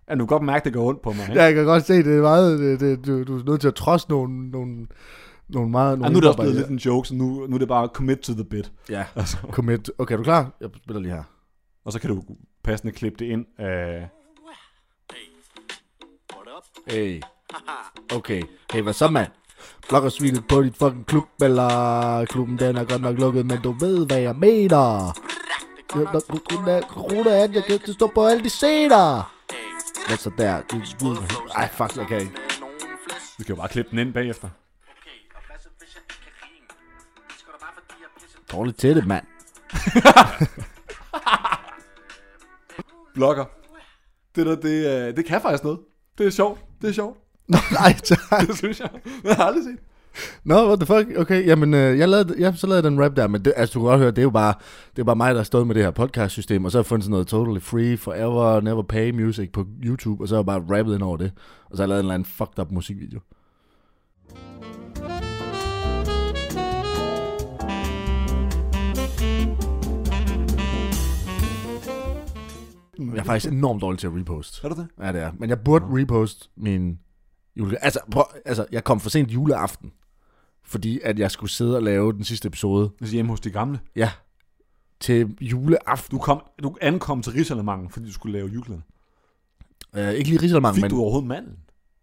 Ja, du kan godt mærke, det gør ondt på mig, ikke? Ja, jeg kan godt se, det er meget... Det, det, du, du er nødt til at trods nogle, nogle, nogle meget... Ja, nu er det også blevet lidt en joke, så nu, nu er det bare commit to the bit. Ja, Altså. commit. Okay, er du klar? Jeg spiller lige her. Og så kan du passende klippe det ind. Øh, Hey. Okay. Hey, hvad så, mand? Blokker svinet på dit fucking klub, eller klubben den er godt nok lukket, men du ved, hvad jeg mener. Jeg er nok corona, corona at jeg kan ikke stå på alle de scener. Hvad så der? Du- du- Ej, fuck, jeg kan ikke. vi kan jo bare klippe den ind bagefter. Dårligt til det, mand. Blokker. Det der, det, øh, det kan faktisk noget. Det er sjovt. Det er sjovt. Nej, tak. Det synes jeg. Jeg har aldrig set. Nå, no, what the fuck? Okay, jamen, øh, jeg lavede, ja, så lavede jeg den rap der, men det, altså, du kan godt høre, det er jo bare, det er bare mig, der har stået med det her podcast-system, og så har jeg fundet sådan noget totally free, forever, never pay music på YouTube, og så har jeg bare rappet ind over det, og så har jeg lavet en eller anden fucked up musikvideo. Jeg er faktisk enormt dårlig til at repost. Er du det? Ja, det er. Men jeg burde repost min jule... Altså, prøv, altså, jeg kom for sent juleaften, fordi at jeg skulle sidde og lave den sidste episode. Altså hjemme hos de gamle. Ja. Til juleaften. Du, kom, du ankom til Rigsalermangen, fordi du skulle lave julen. Øh, ikke lige Rigsalmang, Fik men... du overhovedet manden?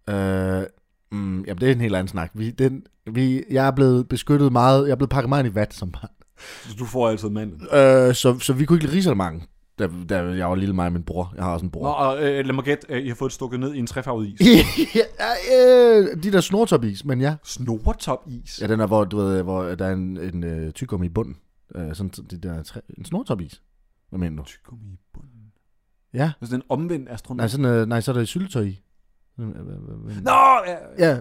Øh, mm, jamen, det er en helt anden snak. Vi, den, vi, jeg er blevet beskyttet meget. Jeg er blevet pakket meget ind i vat som barn. Så du får altid manden. Øh, så, så vi kunne ikke lide Rigsalmang. Da, da jeg var lille mig og min bror. Jeg har også en bror. Nå, og øh, lad mig gætte, øh, I har fået det stukket ned i en trefarvet is. ja, øh, de der snortopis, men ja. Snortop-is? Ja, den er, hvor, du ved, hvor der er en, en øh, tyggegummi i bunden. Øh, sådan det der træ, en snortopis. Hvad mener du? Tyggegummi i bunden. Altså, Ja. Det er sådan en omvendt astronaut. Nej, sådan, øh, nej så er der syltetøj i. Øh, øh, øh, øh. Nå! Ja. Ja.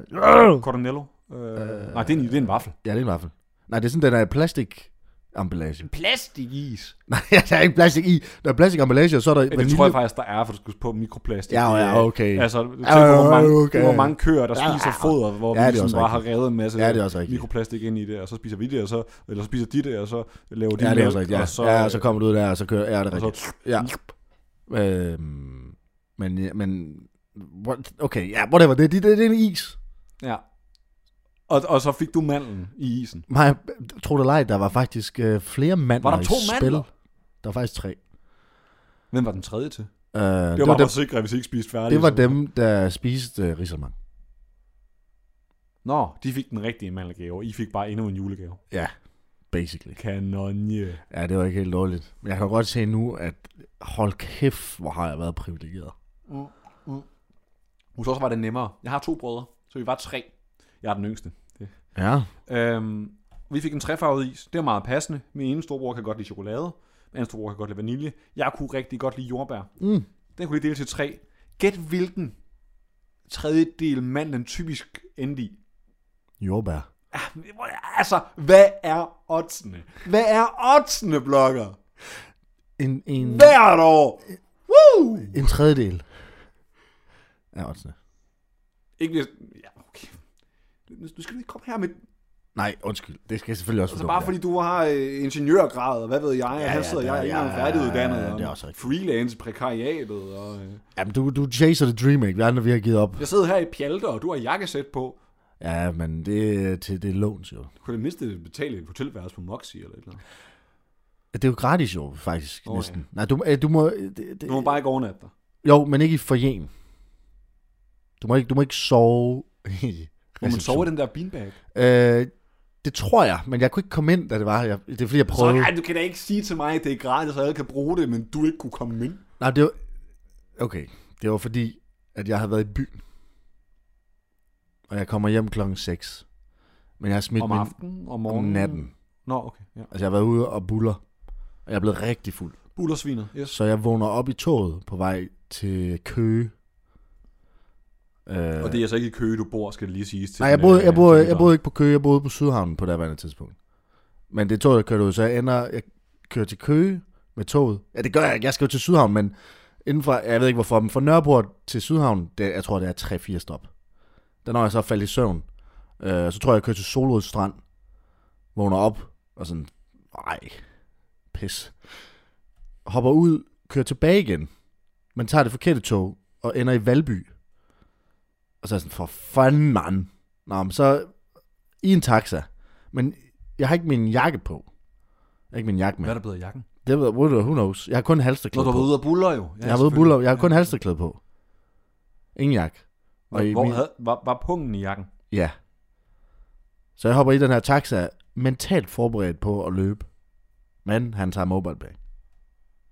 Cornello. Øh, øh, nej, det er, en, det er en vaffel. ja, det er en vaffel. Nej, det er sådan den der plastik emballage. Plastikis? Nej, der er ikke plastik i. Der er plastik emballage, og så er der Ja, det tror jeg faktisk, der er, for du skal huske på mikroplastik. Ja, ja, okay. Altså, tænk Ja, på, hvor mange, okay. hvor mange køer, der Ja, spiser ja. foder, hvor Ja, det er vi sådan også bare har revet en masse Ja, det er også rigtigt. mikroplastik ind i det, og så spiser vi det, og så, eller så spiser de det, og så laver de Ja, det er mælk, også rigtigt. Ja, og så, så, ja, og så kommer du ud der, og så kører... Ja, det er og så- rigtigt. Ja. Øhm, men, ja, men... What? Okay, ja, yeah, whatever. Det, det, det, det er en is. ja. Og, og så fik du mandlen i isen. Nej, tro det eller ej, der var faktisk øh, flere mandler Var der to i spil. mandler? Der var faktisk tre. Hvem var den tredje til? Det Øh, det, var var, bare dem, for at sikre, at vi ikke spiste ligesom. færdigt. det var så- dem, der spiste øh, risermang. Nå, de fik den rigtige mandelgave, og I fik bare endnu en julegave. Ja, basically. Kanonje. Ja, det var ikke helt dårligt. Men jeg kan godt se nu, at hold kæft, hvor har jeg været privilegeret. Mm, mm. Hos os var det nemmere. Jeg har to brødre, så vi var tre. Jeg er den yngste. Ja, Øhm, vi fik en trefarvet is. Det var meget passende. Min ene storebror kan godt lide chokolade. Min anden storebror kan godt lide vanilje. Jeg kunne rigtig godt lide jordbær. Mm. Den kunne de dele til tre. Gæt hvilken tredjedel manden typisk endte i. jordbær. Altså, hvad er oddsene? Hvad er oddsene, blokker? En, en, Hvert år! Woo! en tredjedel. Ja, oddsene. Ikke hvis... Ja, okay. Nu nu skal du ikke komme her med... Nej, undskyld. Det skal jeg selvfølgelig også Altså forstå. bare fordi du har øh, ingeniørgrad, og hvad ved jeg, ja, Ja, her ja, sidder der- jeg ikke ja, engang færdiguddannet, ja, og det er også rigtigt. freelance prekariatet, og... Øh. Jamen, du, du chaser the dream, ikke? Vi andre, vi har givet op. Jeg sidder her i pjalter, og du har jakkesæt på. Ja, men det, er til det er låns jo. Du kunne da mindst betale et hotelværelse på Moxie eller et eller andet. Det er jo gratis jo, faktisk, Nå, oh, ja. næsten. Ja. Nej, du, øh, du må... øh, Det, det, Du må bare ikke overnatte dig. Jo, men ikke i forjen. Du må ikke, du må ikke sove i Må man sove i den der beanbag? Øh, det tror jeg, men jeg kunne ikke komme ind, da det var. Jeg, det er fordi, jeg Så prøvede. nej, du kan da ikke sige til mig, at det er gratis, og alle kan bruge det, men du ikke kunne komme ind. Nej, det var... Okay, det var fordi, at jeg havde været i byen. Og jeg kommer hjem klokken 6. Men jeg har smidt Om min... aftenen, om Om morgenen. natten. Nå, okay. Ja. Altså, jeg har været ude og buller. Og jeg er blevet rigtig fuld. Bullersvinet, yes. Så jeg vågner op i toget på vej til Køge. Øh, Og det er altså ikke i Køge, du bor, skal det lige siges til. nej, jeg den, boede, øh, jeg, boede, til jeg boede ikke på Køge, jeg boede på Sydhavnen på det andet tidspunkt. Men det tog, jeg kørte ud, så jeg ender, jeg kører til Køge med toget. Ja, det gør jeg ikke, jeg skal jo til Sydhavn, men inden fra, jeg ved ikke hvorfor, men fra Nørreport til Sydhavn, det, jeg tror, det er 3-4 stop. Der når jeg så faldt i søvn, øh, så tror jeg, jeg kører til Solrød Strand, vågner op og sådan, nej, pis. Hopper ud, kører tilbage igen, men tager det forkerte tog og ender i Valby. Og så er jeg sådan, for fanden mand. Nå, men så i en taxa. Men jeg har ikke min jakke på. Jeg har ikke min jakke med. Hvad er der blevet af jakken? Det ved who, who knows. Jeg har kun Nå, halsterklæde du har på. været ude og buller jo. Ja, jeg har været selvfølgelig. buller. Jeg har kun halsterklæde på. Ingen jakke. Hvor, i hvor min- havde, var, var pungen i jakken? Ja. Så jeg hopper i den her taxa, mentalt forberedt på at løbe. Men han tager MobilePay.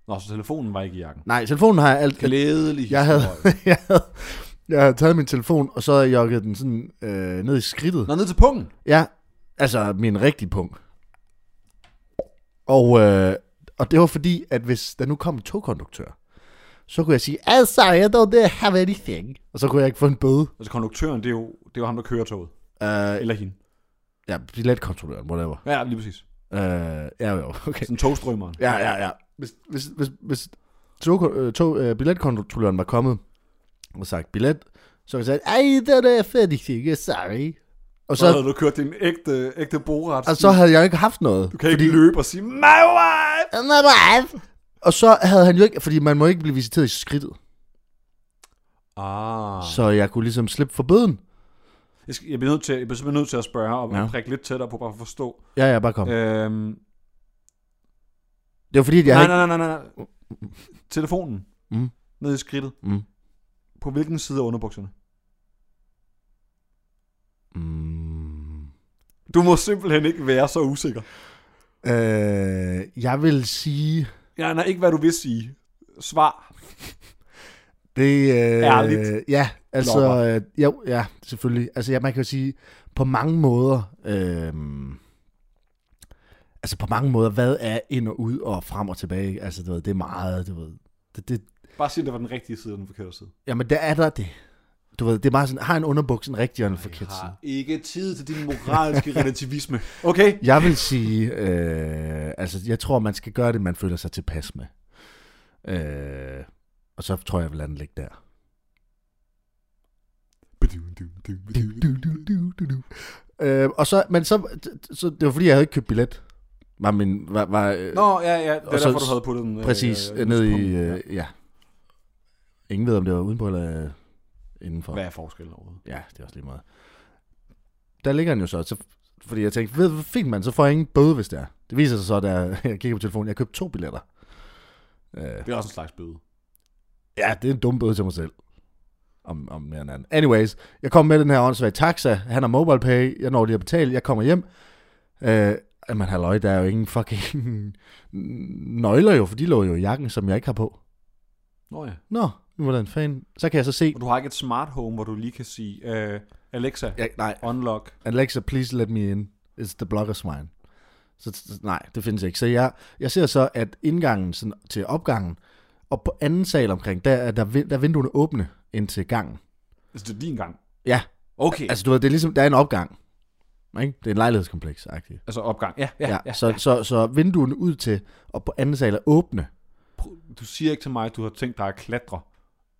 Nå, så telefonen var ikke i jakken. Nej, telefonen har jeg alt. Glædelig Jeg havde, historie. jeg havde, jeg havde taget min telefon, og så havde jeg jogget den sådan øh, ned i skridtet. Nå, ned til pungen. Ja, altså min rigtige punkt. Og, øh, og det var fordi, at hvis der nu kom en togkonduktør, så kunne jeg sige, altså, jeg don't have anything. Og så kunne jeg ikke få en bøde. Altså konduktøren, det er jo, det er jo ham, der kører toget. Uh, Eller hende. ja, billetkontrolløren, whatever. Ja, lige præcis. Uh, ja, jo, okay. Sådan togstrømmeren. Ja, ja, ja. Hvis, hvis, hvis, hvis tog, øh, tog, øh, billetkontrolløren var kommet og sagt billet, så kunne jeg sige, ej, det er fedt, ikke, sorry. Og Så så, havde du kørt din ægte, ægte boret. og så havde jeg ikke haft noget. du kan ikke løbe og sige, my wife! My wife. Og så havde han jo ikke, fordi man må ikke blive visiteret i skridtet. Ah. Så jeg kunne ligesom slippe for bøden. Jeg, skal, jeg, bliver nødt til, jeg bliver simpelthen nødt til at spørge og Ja. ja. prikke lidt tættere på, bare for at forstå. Ja, ja, bare kom. Øhm, Det var fordi, at jeg nej, ikke... nej, nej, nej, nej. Telefonen. Mm. Ned i skridtet. Mm. På hvilken side af underbukserne? Mm. Du må simpelthen ikke være så usikker. Øh, jeg vil sige... Ja, nej, ikke hvad du vil sige. Svar. Det øh, Ærligt. Ja, altså, Lopper. øh, jo, ja, selvfølgelig. Altså, ja, man kan jo sige, på mange måder, øh, altså på mange måder, hvad er ind og ud og frem og tilbage? Altså, du ved, det er meget, du ved. Det, det, Bare sig, det var den rigtige side og den forkerte side. jamen, der er der det. Du ved, det er bare sådan, har en underbuks en rigtig og en forkert side? ikke tid til din moralske relativisme. Okay. Jeg vil sige, øh, altså jeg tror, man skal gøre det, man føler sig tilpas med. Øh, og så tror jeg, jeg vil lade den ligge der. Øh, og så, men så, så, det var fordi, jeg havde ikke købt billet. Var min, var, var øh, Nå, ja, ja. Det er Og så- derfor, du havde puttet den. øh, præcis øh, øh, ned på den. i, Ja. øh, ja. Ingen ved, om det var udenpå eller øh, indenfor. Hvad er forskellen overhovedet? Ja, det er også lige meget. Der ligger den jo så, så fordi jeg tænkte, ved du, hvor fint mand, så får jeg ingen bøde, hvis det er. Det viser sig så, da jeg kigger på telefonen, jeg købte to billetter. Øh, Det er også en slags bøde. Ja, det er en dum bøde til mig selv. Om, om mere end andet. Anyways, jeg kom med den her åndssvage taxa. Han har mobile pay. Jeg når lige at betale. Jeg kommer hjem. Øh, jamen, halløj, der er jo ingen fucking nøgler jo, for de lå jo i jakken, som jeg ikke har på. Nå ja. Nå, hvordan fanden? Så kan jeg så se... Og du har ikke et smart home, hvor du lige kan sige, øh, Alexa, ja. Ja, nej, unlock. Alexa, please let me in. It's the blogger's mine. Så så- nej, det findes ikke. Så jeg, jeg ser så, at indgangen sådan, til opgangen, og på anden sal omkring, der, er- der, er vin- der er vinduerne åbne ind til gangen. Altså, det er din gang. Ja, Okay. Altså, Altså, du ved, det er ligesom, der er en opgang. Ikke? Det er en lejlighedskompleks, agtigt. altså opgang. Ja, ja, Ja, ja. ja, så, Så, så vinduerne ud til, og på anden sal er åbne. Pr- Du siger ikke til mig, at du har tænkt dig at klatre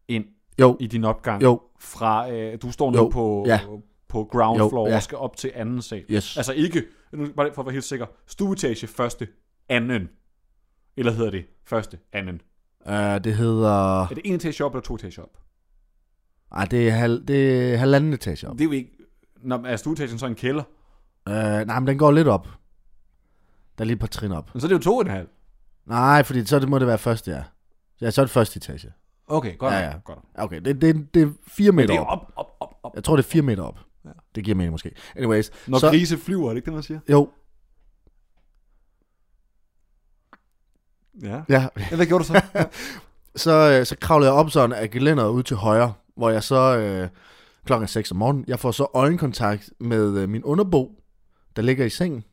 ind Jo, i din opgang. jo, Fra, øh, du står Jo, nede på, ja. på ground Jo, floor ja. og skal op til anden sal. yes. Altså, Altså ikke, nu bare for at være helt sikker, stueetage første, anden. Eller hedder det første, anden? øh, det hedder... Er det en etage op eller to etage op? Ej, det er, hal, det er halvanden etage op. Det er jo ikke... Når er stueetagen så en kælder, Øh, nej, men den går lidt op. Der er lige et par trin op. Men så er det jo to og en halv. Nej, fordi så det må det være første, ja. Ja, så er det første etage. Okay, godt. Ja, Ja, ja. ja. godt. Okay, det, det, det er fire meter Det er op. op, op, op, op. Jeg tror, det er fire meter op. Ja. Det giver mening måske. Anyways, Når så... så... grise flyver, er det ikke det, man siger? Jo, Ja. ja, ja hvad gjorde du så? så, øh, så kravlede jeg op sådan af gelænderet ud til højre, hvor jeg så øh, klokken 6 om morgenen, jeg får så øjenkontakt med øh, min underbo, der ligger i sengen,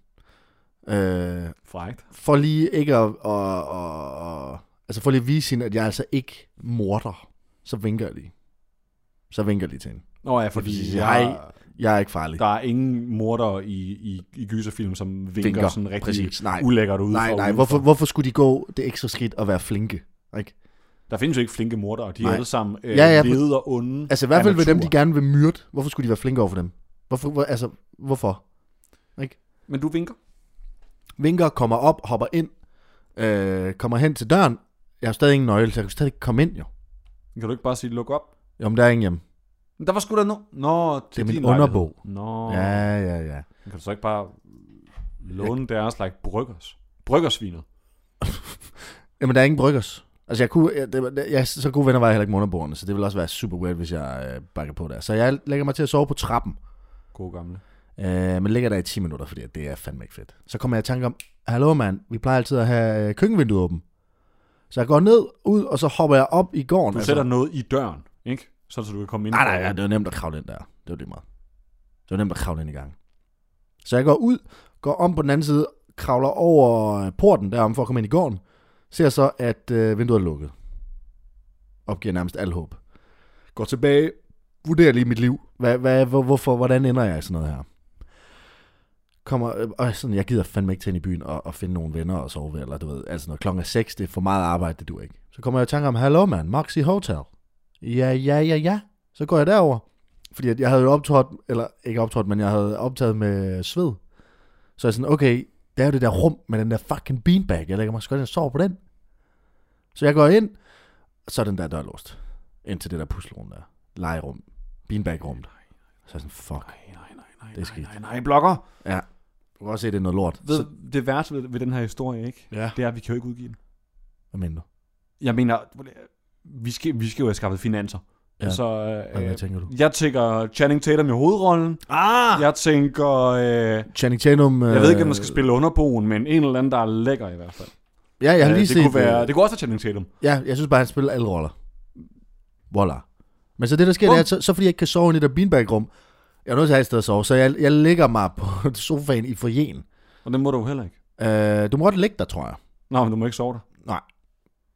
øh, Frækt. for lige ikke at, at, at, at, altså for lige at vise hende, at jeg altså ikke morder. Så vinker jeg lige. Så vinker jeg lige til hende. Nå ja, fordi Det vil sige, jeg, hej. Jeg er ikke farlig. der er ingen morder i, i, i gyserfilm, som vinker, Vinker, vinker sådan rigtig præcis. Nej. ulækkert ud. Nej, nej, hvorfor, hvorfor skulle de gå det ekstra skridt og være flinke? Ikke? Der findes jo ikke flinke morder, og de er Nej. alle sammen øh, Ja, ja, ja, ja, præ- lede og onde Altså i hvert fald af ved dem, de natur. gerne vil myrde. Hvorfor skulle de være flinke over for dem? Hvorfor, hvor, altså, hvorfor? Ikke? Men du vinker. vinker, kommer op, hopper ind, øh, kommer hen til døren. Jeg har stadig ingen nøgle, så jeg kan stadig ikke komme ind, jo. Kan du ikke bare sige, luk op? Jo, men der er ingen hjemme. Men der var sgu da no... Nå, til Det er min din lejlighed. underbo. Nå, Oh. ja. Ja, ja, ja. kan du så ikke bare låne deres like bryggers? Bryggersvinet. Jamen, der er ingen bryggers. Altså, jeg kunne, jeg, det, var- det- jeg, så gode venner var jeg heller ikke med underboerne, så det ville også være super weird, hvis jeg øh, bakker på der. Så jeg lægger mig til at sove på trappen, God gamle. øh, men ligger der i 10 minutter, fordi det er fandme ikke fedt. Så kommer jeg i tanke om, hallo mand, vi plejer altid at have øh, køkkenvinduet åbent. Så jeg går ned, ud, og så hopper jeg op i gården. Du sætter noget i døren, ikke? Sådan, så du kan komme ind. Altså- Nej, nej, nej, det var nemt at kravle ind der. Det var lige meget. Det var nemt at kravle ind i gang. Så jeg går ud, går om på den anden side, kravler over øh, porten derom for at komme ind i gården, ser så, at øh, vinduet er lukket. Opgiver nærmest al håb. Går tilbage, vurderer lige mit liv. Hvad, hvad, hvor, hvorfor, hvordan ender jeg i sådan noget her? Kommer, øh, og sådan, jeg gider fandme ikke tage ind i byen og, og finde nogle venner og sove ved, eller du ved, altså når klokken er 6, det er for meget arbejde, det du ikke. Så kommer jeg i tanke om, hallo mand, Moxie Hotel. Ja, ja, ja, ja. Så går jeg derover, fordi at jeg havde jo optrådt, eller ikke optrådt, men jeg havde optaget med sved. Så jeg er sådan, okay, der er jo det der rum med den der fucking beanbag. Jeg lægger mig sgu ind og sover på den. Så jeg går ind, og så er den der dør låst. Ind til det der puslerum der. Legerum. Beanbag-rummet. Så er jeg sådan, fuck. Nej, nej, nej, nej, Det er det skidt. nej, nej, nej, blokker. Ja. Du kan også se, det er noget lort. Ved, Så, det værste ved, ved, den her historie, ikke? ja. Det er, at vi kan jo ikke udgive den. Hvad mener du? Jeg mener, vi skal, vi skal jo have skaffet finanser. Ja. Ja. Så, Hvad, øh, hvad tænker du? jeg tænker Channing Tatum i hovedrollen. Ah! Øh. Jeg tænker... Øh, Channing Tatum... Jeg ved ikke, om man skal spille underboen, men en eller anden, der er lækker i hvert fald. Ja, jeg har Øh, lige det, set... kunne være, øh, det kunne også være Channing Tatum. Ja, jeg synes bare, han spiller alle roller. Voila. Men så det, der sker, Bum. det er, at så, så fordi jeg ikke kan sove i det der beanbag-rum, jeg er nødt til at have et sted at sove, så jeg, jeg ligger mig på sofaen i forjen. Og det må du jo heller ikke. Øh, du må godt ligge der, tror jeg. Nå, men du må ikke sove der.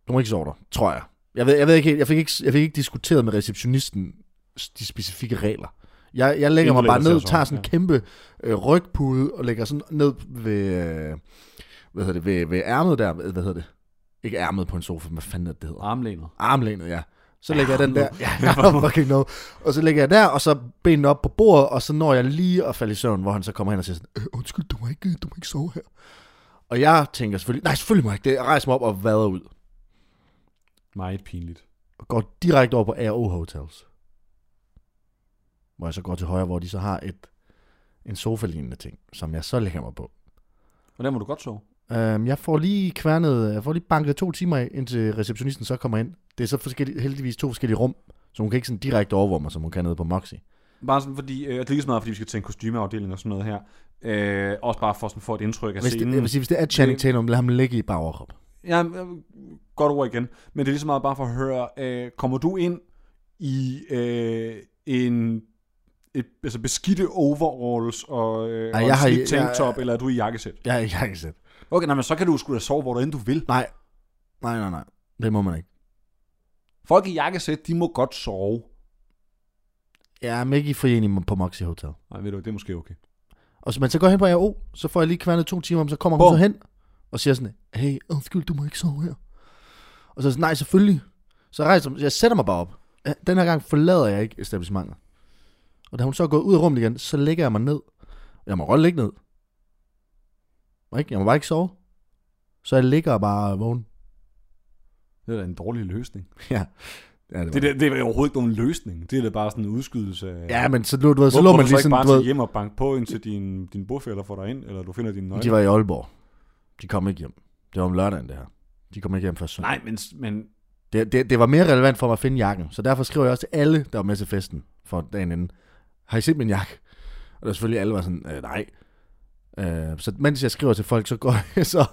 Du må ikke sove der, tror jeg. Jeg ved, jeg ved ikke, helt- jeg fik ikke, jeg fik ikke diskuteret med receptionisten s- de specifikke regler. Jeg, jeg lægger mig Inden du bare lægger dig ned, til at tager sove, sådan en kæmpe øh, rygpude og lægger sådan ned ved, øh, hvad hedder det, ved, ved ærmet der, hvad hvad hedder det? Ikke ærmet på en sofa, men hvad fanden er det, det hedder? Armlænet. Armlænet, ja. Så lægger jeg den der. Armlænet. Ja, jeg fucking no. Og så lægger jeg der, og så benene op på bordet, og så når jeg lige at falde i søvn, hvor han så kommer hen og siger sådan, øh, undskyld, du må, ikke, du må ikke sove her. Og jeg tænker selvfølgelig, nej, selvfølgelig må jeg ikke det. Jeg rejser mig op og vader ud. Meget pinligt. Og går direkte over på AO Hotels. Hvor jeg så går til højre, hvor de så har et, en sofa-lignende ting, som jeg så lægger mig på. Og der må du godt sove. Øhm, jeg får lige kværnet, jeg får lige banket to timer af, indtil receptionisten så kommer ind. Det er så forskellige, heldigvis to forskellige rum, så hun kan ikke sådan direkte overvåge mig, som hun kan nede på Moxie. Bare sådan fordi, øh, og det er lige så meget, fordi vi skal til en kostymeafdeling og sådan noget her. Øh, også bare for sådan, få et indtryk af Hvis det, scenen. jeg vil sige, hvis det er Channing Tatum, lad ham ligge i bare overkrop. Ja, øh, godt ord igen. Men det er lige så meget bare for at høre, øh, kommer du ind i øh, en et, altså beskidte overalls og, øh, Ej, og jeg jeg har- en jeg- tanktop, eller er du i jakkesæt? Jeg, jeg kan ikke sætte. Okay, nej, men så kan du sgu da sove, hvor du end du vil. Nej. Nej, nej, nej. Det må man ikke. Folk i jakkesæt, de må godt sove. Jeg er ikke i forening på Moxie Hotel. Nej, ved du, det er måske okay. Og så man så går hen på AO, så får jeg lige kværnet to timer, om, så kommer hun Bum. så hen og siger sådan, hey, undskyld, du må ikke sove her. Og så er jeg sådan, nej, selvfølgelig. Så rejser jeg, jeg sætter mig bare op. Ja, Den her gang forlader jeg ikke establishmentet. Og da hun så er gået ud af rummet igen, så lægger jeg mig ned. Jeg må godt ligge ned. Må ikke? Jeg må bare ikke sove. Så jeg ligger bare vågen. Det er da en dårlig løsning. Ja. ja det, var Det, det, det er overhovedet ikke nogen løsning. Det er da bare sådan en udskydelse af... Ja, men så, du, du ved, så Hvor- lå hvor man du så lige ikke sådan, bare du ved, tage hjem og banke på, indtil din, din bordfælder får dig ind, eller du finder dine nøgler. de var i Aalborg. De kom ikke hjem. Det var om lørdagen, det her. De kom ikke hjem før søndag. Nej, men, men Det, det, det var mere relevant for mig at finde jakken, så derfor skriver jeg også til alle, der var med til festen for dagen inden, har I set min jakke? Og der var selvfølgelig alle var sådan, øh, nej. Øh, så mens jeg skriver til folk, så går jeg så...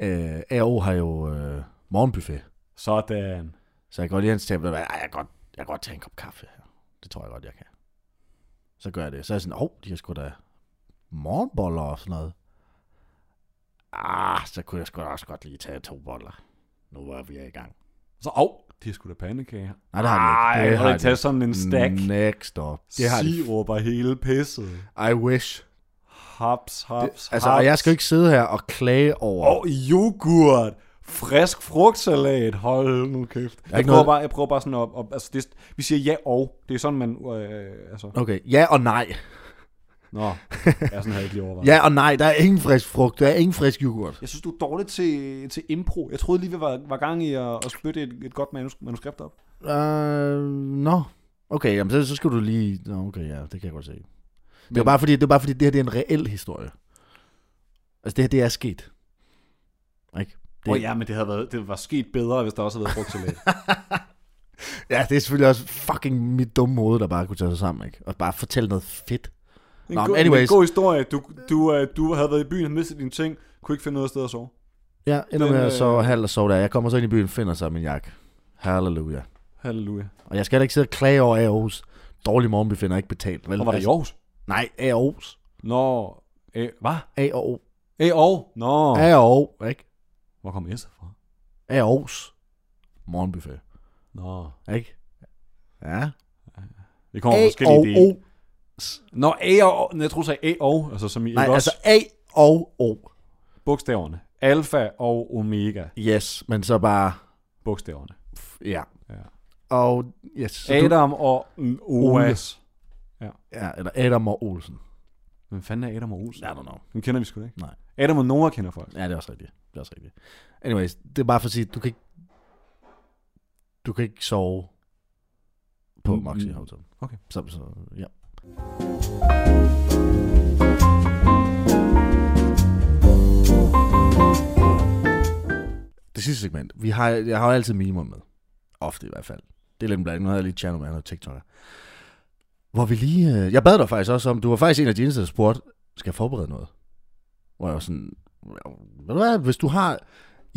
Øh, A.O. har jo øh, morgenbuffet, sådan. så jeg går lige hen til tablet og jeg kan godt, jeg kan godt tage en kop kaffe her. Det tror jeg godt, jeg kan. Så gør jeg det. Så er jeg sådan, åh, oh, de har sgu da morgenboller og sådan noget. Ah, så kunne jeg sgu da også godt lige tage to boller. Nu var vi i gang. Så, au, de har sgu da pandekager. Nej, det har de ikke. Ej, Det har har de de taget sådan en stack. Next up. Det har Sirup og hele pisset. I wish. Haps, haps, Det, altså, og jeg skal jo ikke sidde her og klage over... Og yoghurt. Frisk frugtsalat. Hold nu kæft. Jeg, prøver, ikke noget- bare, jeg prøver bare sådan at... at altså, det, vi siger ja og. Det er sådan, man... Øh, altså, Okay, ja og nej. nå, jeg sådan havde ikke lige overvejet. Ja og nej, der er ingen frisk frugt, der er ingen frisk yoghurt. Jeg synes, du er dårlig til, til impro. Jeg troede lige, vi var, var gang i at, at spytte et, et godt manus, manuskript op. Øh, nå. Okay, jamen, så, så skal du lige... Nå, okay, ja, det kan jeg godt se. Det er jo bare fordi, det, er bare fordi, det her det er en reel historie. Altså, det her, det er sket. Ikke? Åh oh, ja, men det, havde været, det var sket bedre, hvis der også havde været frugtsalat. ja, det er selvfølgelig også fucking mit dumme hoved, der bare kunne tage sig sammen, ikke? Og bare fortælle noget fedt. En, Nå, god, men anyways. en god historie. Du, du, øh, du havde været i byen og mistet dine ting, kunne ikke finde noget sted at sove. Ja, ender Den, med at øh, sove halv og sove der. Jeg kommer så ind i byen, finder sig min jakke. Halleluja. Halleluja. Og jeg skal da ikke sidde og klage over AO's dårlige morgenbuffet og ikke betalt. Vel? Altså, Og var det i Aarhus? Nej, AO's. Nå, øh, hvad? AO. Æ, og? Nå. AO, ikke? Hvor kom S'et fra? AO's morgenbuffet, Nå. ikke? Ja. Det kommer fra forskellige dele. AOO. Nå, A og O. Jeg tror, du sagde A og, altså som i Nej, ikke også altså AOO. bogstaverne. Alfa og omega Yes, men så bare... bogstaverne. Ja. Ja. Og yes. så Du, Adam og mm, Oas. ja, eller Adam og Olsen. Hvem fanden er Adam og Olsen? I don't know. Dem kender vi sgu da ikke. Nej. Adam og Noah kender folk. Ja, det er også rigtigt. Det er også rigtigt. Anyways, det er bare for at sige, du kan ikke, du kan ikke sove på Mm, Maxi mm. Hotel. Okay. Så, så, ja. Det sidste segment. Vi har, jeg har jo altid mimer med. Ofte i hvert fald. Det er lidt en blanding. Nu havde jeg lige Chano med, han er TikToker. Hvor vi lige... Øh, jeg bad dig faktisk også om... Du var faktisk en af de eneste, der spurgte, skal jeg forberede noget? Hvor jeg var sådan... Ved du hvad, hvis du har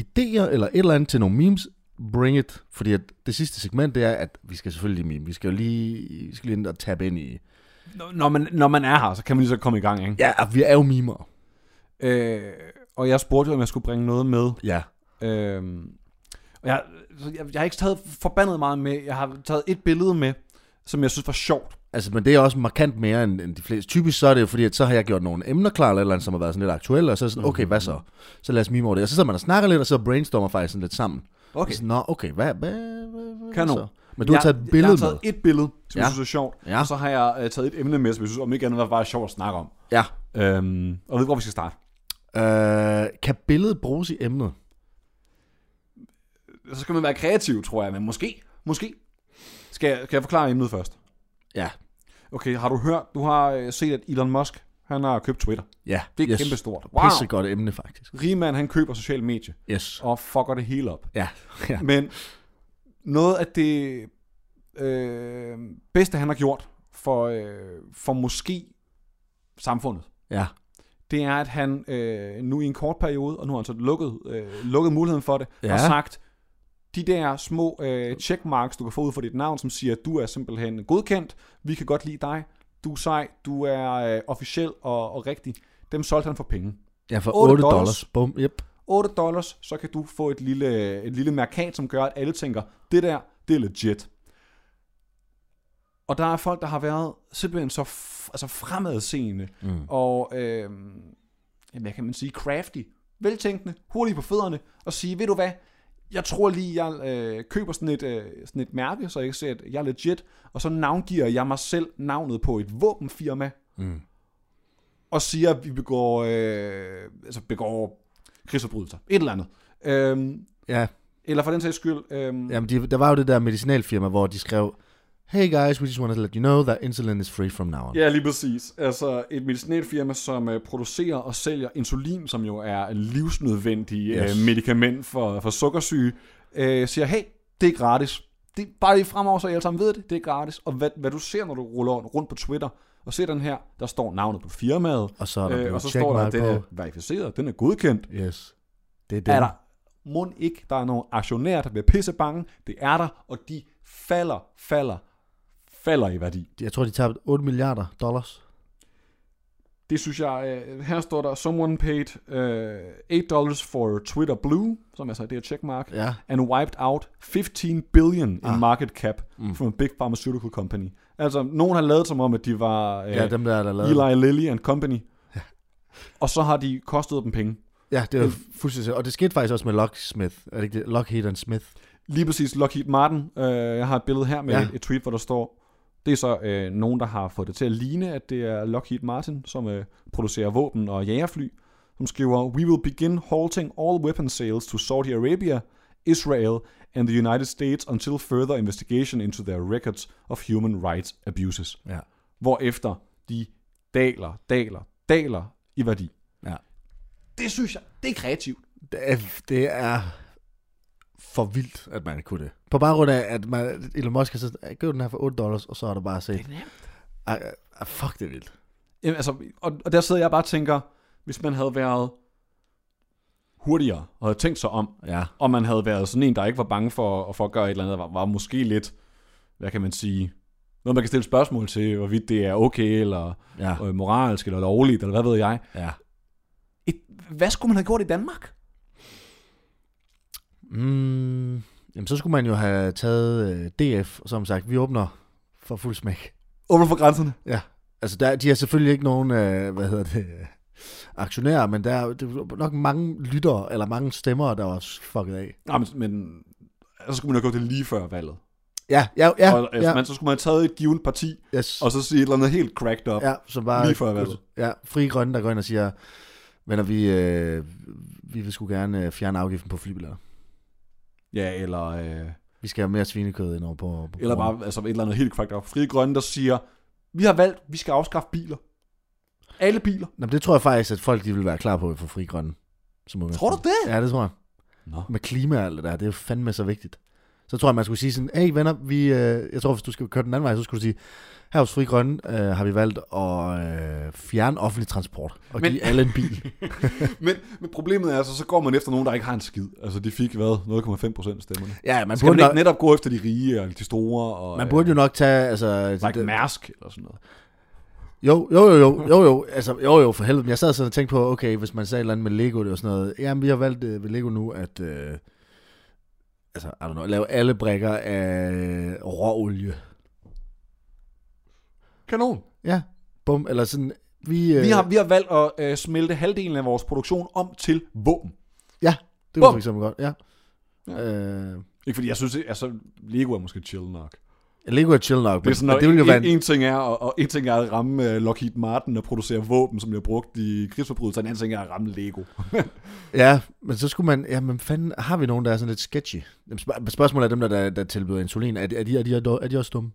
idéer eller et eller andet til nogle memes, bring it. Fordi at det sidste segment, det er, at vi skal selvfølgelig lige meme. Vi skal jo lige, vi skal lige ind og tabe ind i. Når- Når man, når man er her, så kan man lige så komme i gang, ikke? Ja, vi er jo mimer. Øh, og jeg spurgte jo, om jeg skulle bringe noget med. Ja. Øh, og jeg, så jeg, jeg har ikke taget forbandet meget med. Jeg har taget et billede med, som jeg synes var sjovt. Altså, men det er også markant mere end, end de fleste. Typisk så er det jo fordi, at så har jeg gjort nogle emner klar, eller, et eller andet, som har været sådan lidt aktuelle, og så er jeg sådan, okay, hvad så? Så lad os mime over det. Og så sidder man og snakker lidt, og så brainstormer faktisk sådan lidt sammen. Okay. Så, Nå, okay, hvad, hvad, hvad, hvad Kanon. så? Men du har taget et billede Altså, Jeg har med. taget et billede, som ja. Ja. jeg synes er sjovt. Ja. Og så har jeg øh, taget et emne med, som jeg synes om ikke andet var bare sjovt at snakke om. Ja. Øhm, og jeg ved ikke, hvor vi skal starte. Øh, kan billedet bruges i emnet? Så skal man være kreativ, tror jeg, men måske, måske. Skal jeg, skal jeg forklare emnet først? Ja. Okay, har du hørt, du har øh, set, at Elon Musk, han har købt Twitter. Ja. Det er yes. yes. kæmpe stort. Wow. Wow! Pisse godt emne, faktisk. Rigmand, han køber sociale medier Yes. og fucker det hele op. Ja. ja. Men noget af det øh, bedste, han har gjort for, øh, for måske samfundet, Ja. det er, at han øh, nu i en kort periode, og nu har han så lukket, øh, lukket muligheden for det, Ja. ja. har sagt, de der små øh, checkmarks, du kan få ud for dit navn, som siger, at du er simpelthen godkendt, vi kan godt lide dig, du er sej, du er øh, officiel og, og rigtig, dem solgte han for penge. Ja, for 8, 8 Otte dollars. dollars. Bum, yep. 8 dollars, så kan du få et lille, et lille mærkat, som gør, at alle tænker, det der, det er legit. Og der er folk, der har været simpelthen så f- altså fremadseende, Mm. og øh, hvad kan man sige, crafty, veltænkende, hurtige på fødderne, og sige, ved du hvad, jeg tror lige, jeg øh, køber sådan et, øh, sådan et mærke, så jeg kan se, at jeg er legit, og så navngiver jeg mig selv navnet på et våbenfirma, Mm. og siger, at vi begår, øh, altså begår krigsforbrydelser, et eller andet. Øhm, Ja, eller for den sags skyld, øhm, ja. Jamen, de, der var jo det der medicinalfirma, hvor de skrev, Hey guys, we just wanted to let you know that insulin is free from now on. ja, lige præcis. Altså et medicinalfirma, som øh, producerer og sælger insulin, som jo er en livsnødvendig yes. Yes. øh, medicament for, for sukkersyge, øh, siger, hey, det er gratis. Det, bare lige fremover, så I alle sammen ved det, det er gratis. Og hvad, hvad du ser, når du ruller rundt på Twitter, og ser den her, der står navnet på firmaet, Og så er der øh, og blevet så står der, checkmark at den er på. verificeret, den er godkendt, Yes. Det er Det det. er der mund ikke. Der er nogle aktionærer, der bliver pissebange. Det er der, og de falder, falder, falder i værdi. Jeg tror, de tabte 8 milliarder dollars. Det synes jeg, øh, her står der, someone paid øh, 8 dollars for Twitter Blue, som altså er det her checkmark, Ja. and wiped out 15 billion in Ah. market cap from a big pharmaceutical company. Altså, nogen har lavet som om, at de var øh, Ja, dem der, der lavede. Eli Lilly and Company, og så har de kostet dem penge. Ja, det Øh. var fuldstændig. Og det skete faktisk også med Locksmith. Er det ikke det? Lockheed and Smith. Lige præcis Lockheed Martin. Øh, jeg har et billede her med Ja. ja. et, et tweet, hvor der står, det er så øh, nogen, der har fået det til at ligne, at det er Lockheed Martin, som øh, producerer våben og jagerfly, som skriver, We will begin halting all weapon sales to Saudi Arabia, Israel and the United States until further investigation into their records of human rights abuses. Ja. Hvorefter de daler, daler, daler i værdi. Ja. Det synes jeg, det er kreativt. Det er, det er for vildt, at man kunne det. På baggrund af, at man, Elon Musk har sagt, gør den her for 8 dollars, og så er der bare set, nemt. ah, ah, fuck, det er vildt. Jamen, altså, og, og der sidder jeg bare og tænker, hvis man havde været hurtigere og havde tænkt sig om, Ja. og man havde været sådan en, der ikke var bange for, for at gøre et eller andet, var, var måske lidt, hvad kan man sige, noget man kan stille spørgsmål til, hvorvidt det er okay, eller Ja. øh, moralsk, eller lovligt, eller hvad ved jeg. Ja. Et, hvad skulle man have gjort i Danmark? Mm, jamen, så skulle man jo have taget øh, DF, og som sagt, vi åbner for fuld smæk. Åbne for grænserne. Altså, der, de har selvfølgelig ikke nogen, øh, hvad hedder det, øh, aktionærer, men der er jo- det var nok mange lyttere, eller mange stemmer, der var fucket af. Nej, men, men så skulle man have gjort det lige før valget. Ja, ja, ja, og, altså, ja, man, så skulle man have taget et givet parti, yes, og så sige et eller andet helt cracked up. ja, så bare, lige før valget. Ja, fri grønne, der går ind og siger, venner, vi, øh, vi vil sgu gerne øh, fjerne afgiften på flybilletter. Ja, eller... Øh, Vi skal have mere svinekød ind over på, på Eller bare altså et eller andet helt cracked op. Fri Grønne, der siger, vi har valgt, vi skal afskaffe biler. Alle biler. Nå, men det tror jeg faktisk, at folk de vil være klar på for fri grønne. Som Tror du det? Ja, det tror jeg. Nå. Med klima og alt det der, det er jo fandme så vigtigt. Så tror jeg, man skulle sige sådan, hey venner, vi, øh, jeg tror, hvis du skal køre den anden vej, så skulle du sige, her hos Fri Grønne øh, har vi valgt at øh, fjerne offentlig transport og Men- give alle en bil. Men, men problemet er, altså, så går man efter nogen, der ikke har en skid. Altså, de fik, hvad, 0,5 procent af stemmerne. ja, man Skal burde, man nok, ikke netop gå efter de rige og de store? Og, man burde jo nok tage... Altså, øh, Like det- Mærsk eller sådan noget. Jo, jo, jo, jo, jo, jo, altså, jo, jo, for helvede. Men jeg sad sådan og tænkte på, okay, hvis man sagde et eller andet med Lego, det var sådan noget, jamen, vi har valgt øh, ved Lego nu, at, øh, altså, I don't know, lave alle brækker af øh, råolie. Kanon. Ja, bum, eller sådan, vi... Øh, Vi har, vi har valgt at øh, smelte halvdelen af vores produktion om til våben. Det var Bum. for eksempel godt, ja. Ja. Øh, Ikke fordi jeg synes, at- altså, Lego er måske chill nok. Lego er chill nok, Det, er men, sådan, men noget, det ville jo være en, en, ting er, og, og en ting er at ramme øh, Lockheed Martin og producere våben, som bliver brugt i krigsforbrydelser, og en anden ting er at ramme Lego. Ja, men så skulle man... Ja, men fanden, har vi nogen, der er sådan lidt sketchy? Dem Spørg, spørgsmålet er dem, der, der, der tilbyder insulin. Er, de- er, de, er, de, er, de, er de også dumme?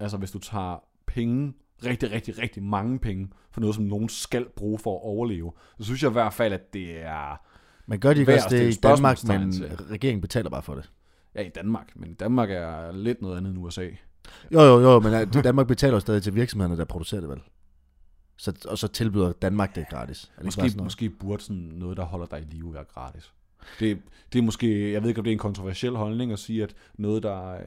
Altså, hvis du tager penge, rigtig, rigtig, rigtig mange penge, for noget, som nogen skal bruge for at overleve, så synes jeg i hvert fald, at det er... Man gør de ikke Værd også at det stille i Danmark, spørgsmålstegn men til. regeringen betaler bare for det. Ja, i Danmark, men Danmark er lidt noget andet end USA. Jo, jo, jo, men øh, Danmark betaler jo stadig til virksomhederne, der producerer det vel. Så, og så tilbyder Danmark det gratis. Er det ikke bare sådan Måske, noget? måske burde sådan noget, der holder dig i live, være gratis. Det, det er måske, jeg ved ikke, om det er en kontroversiel holdning at sige, at noget, der øh,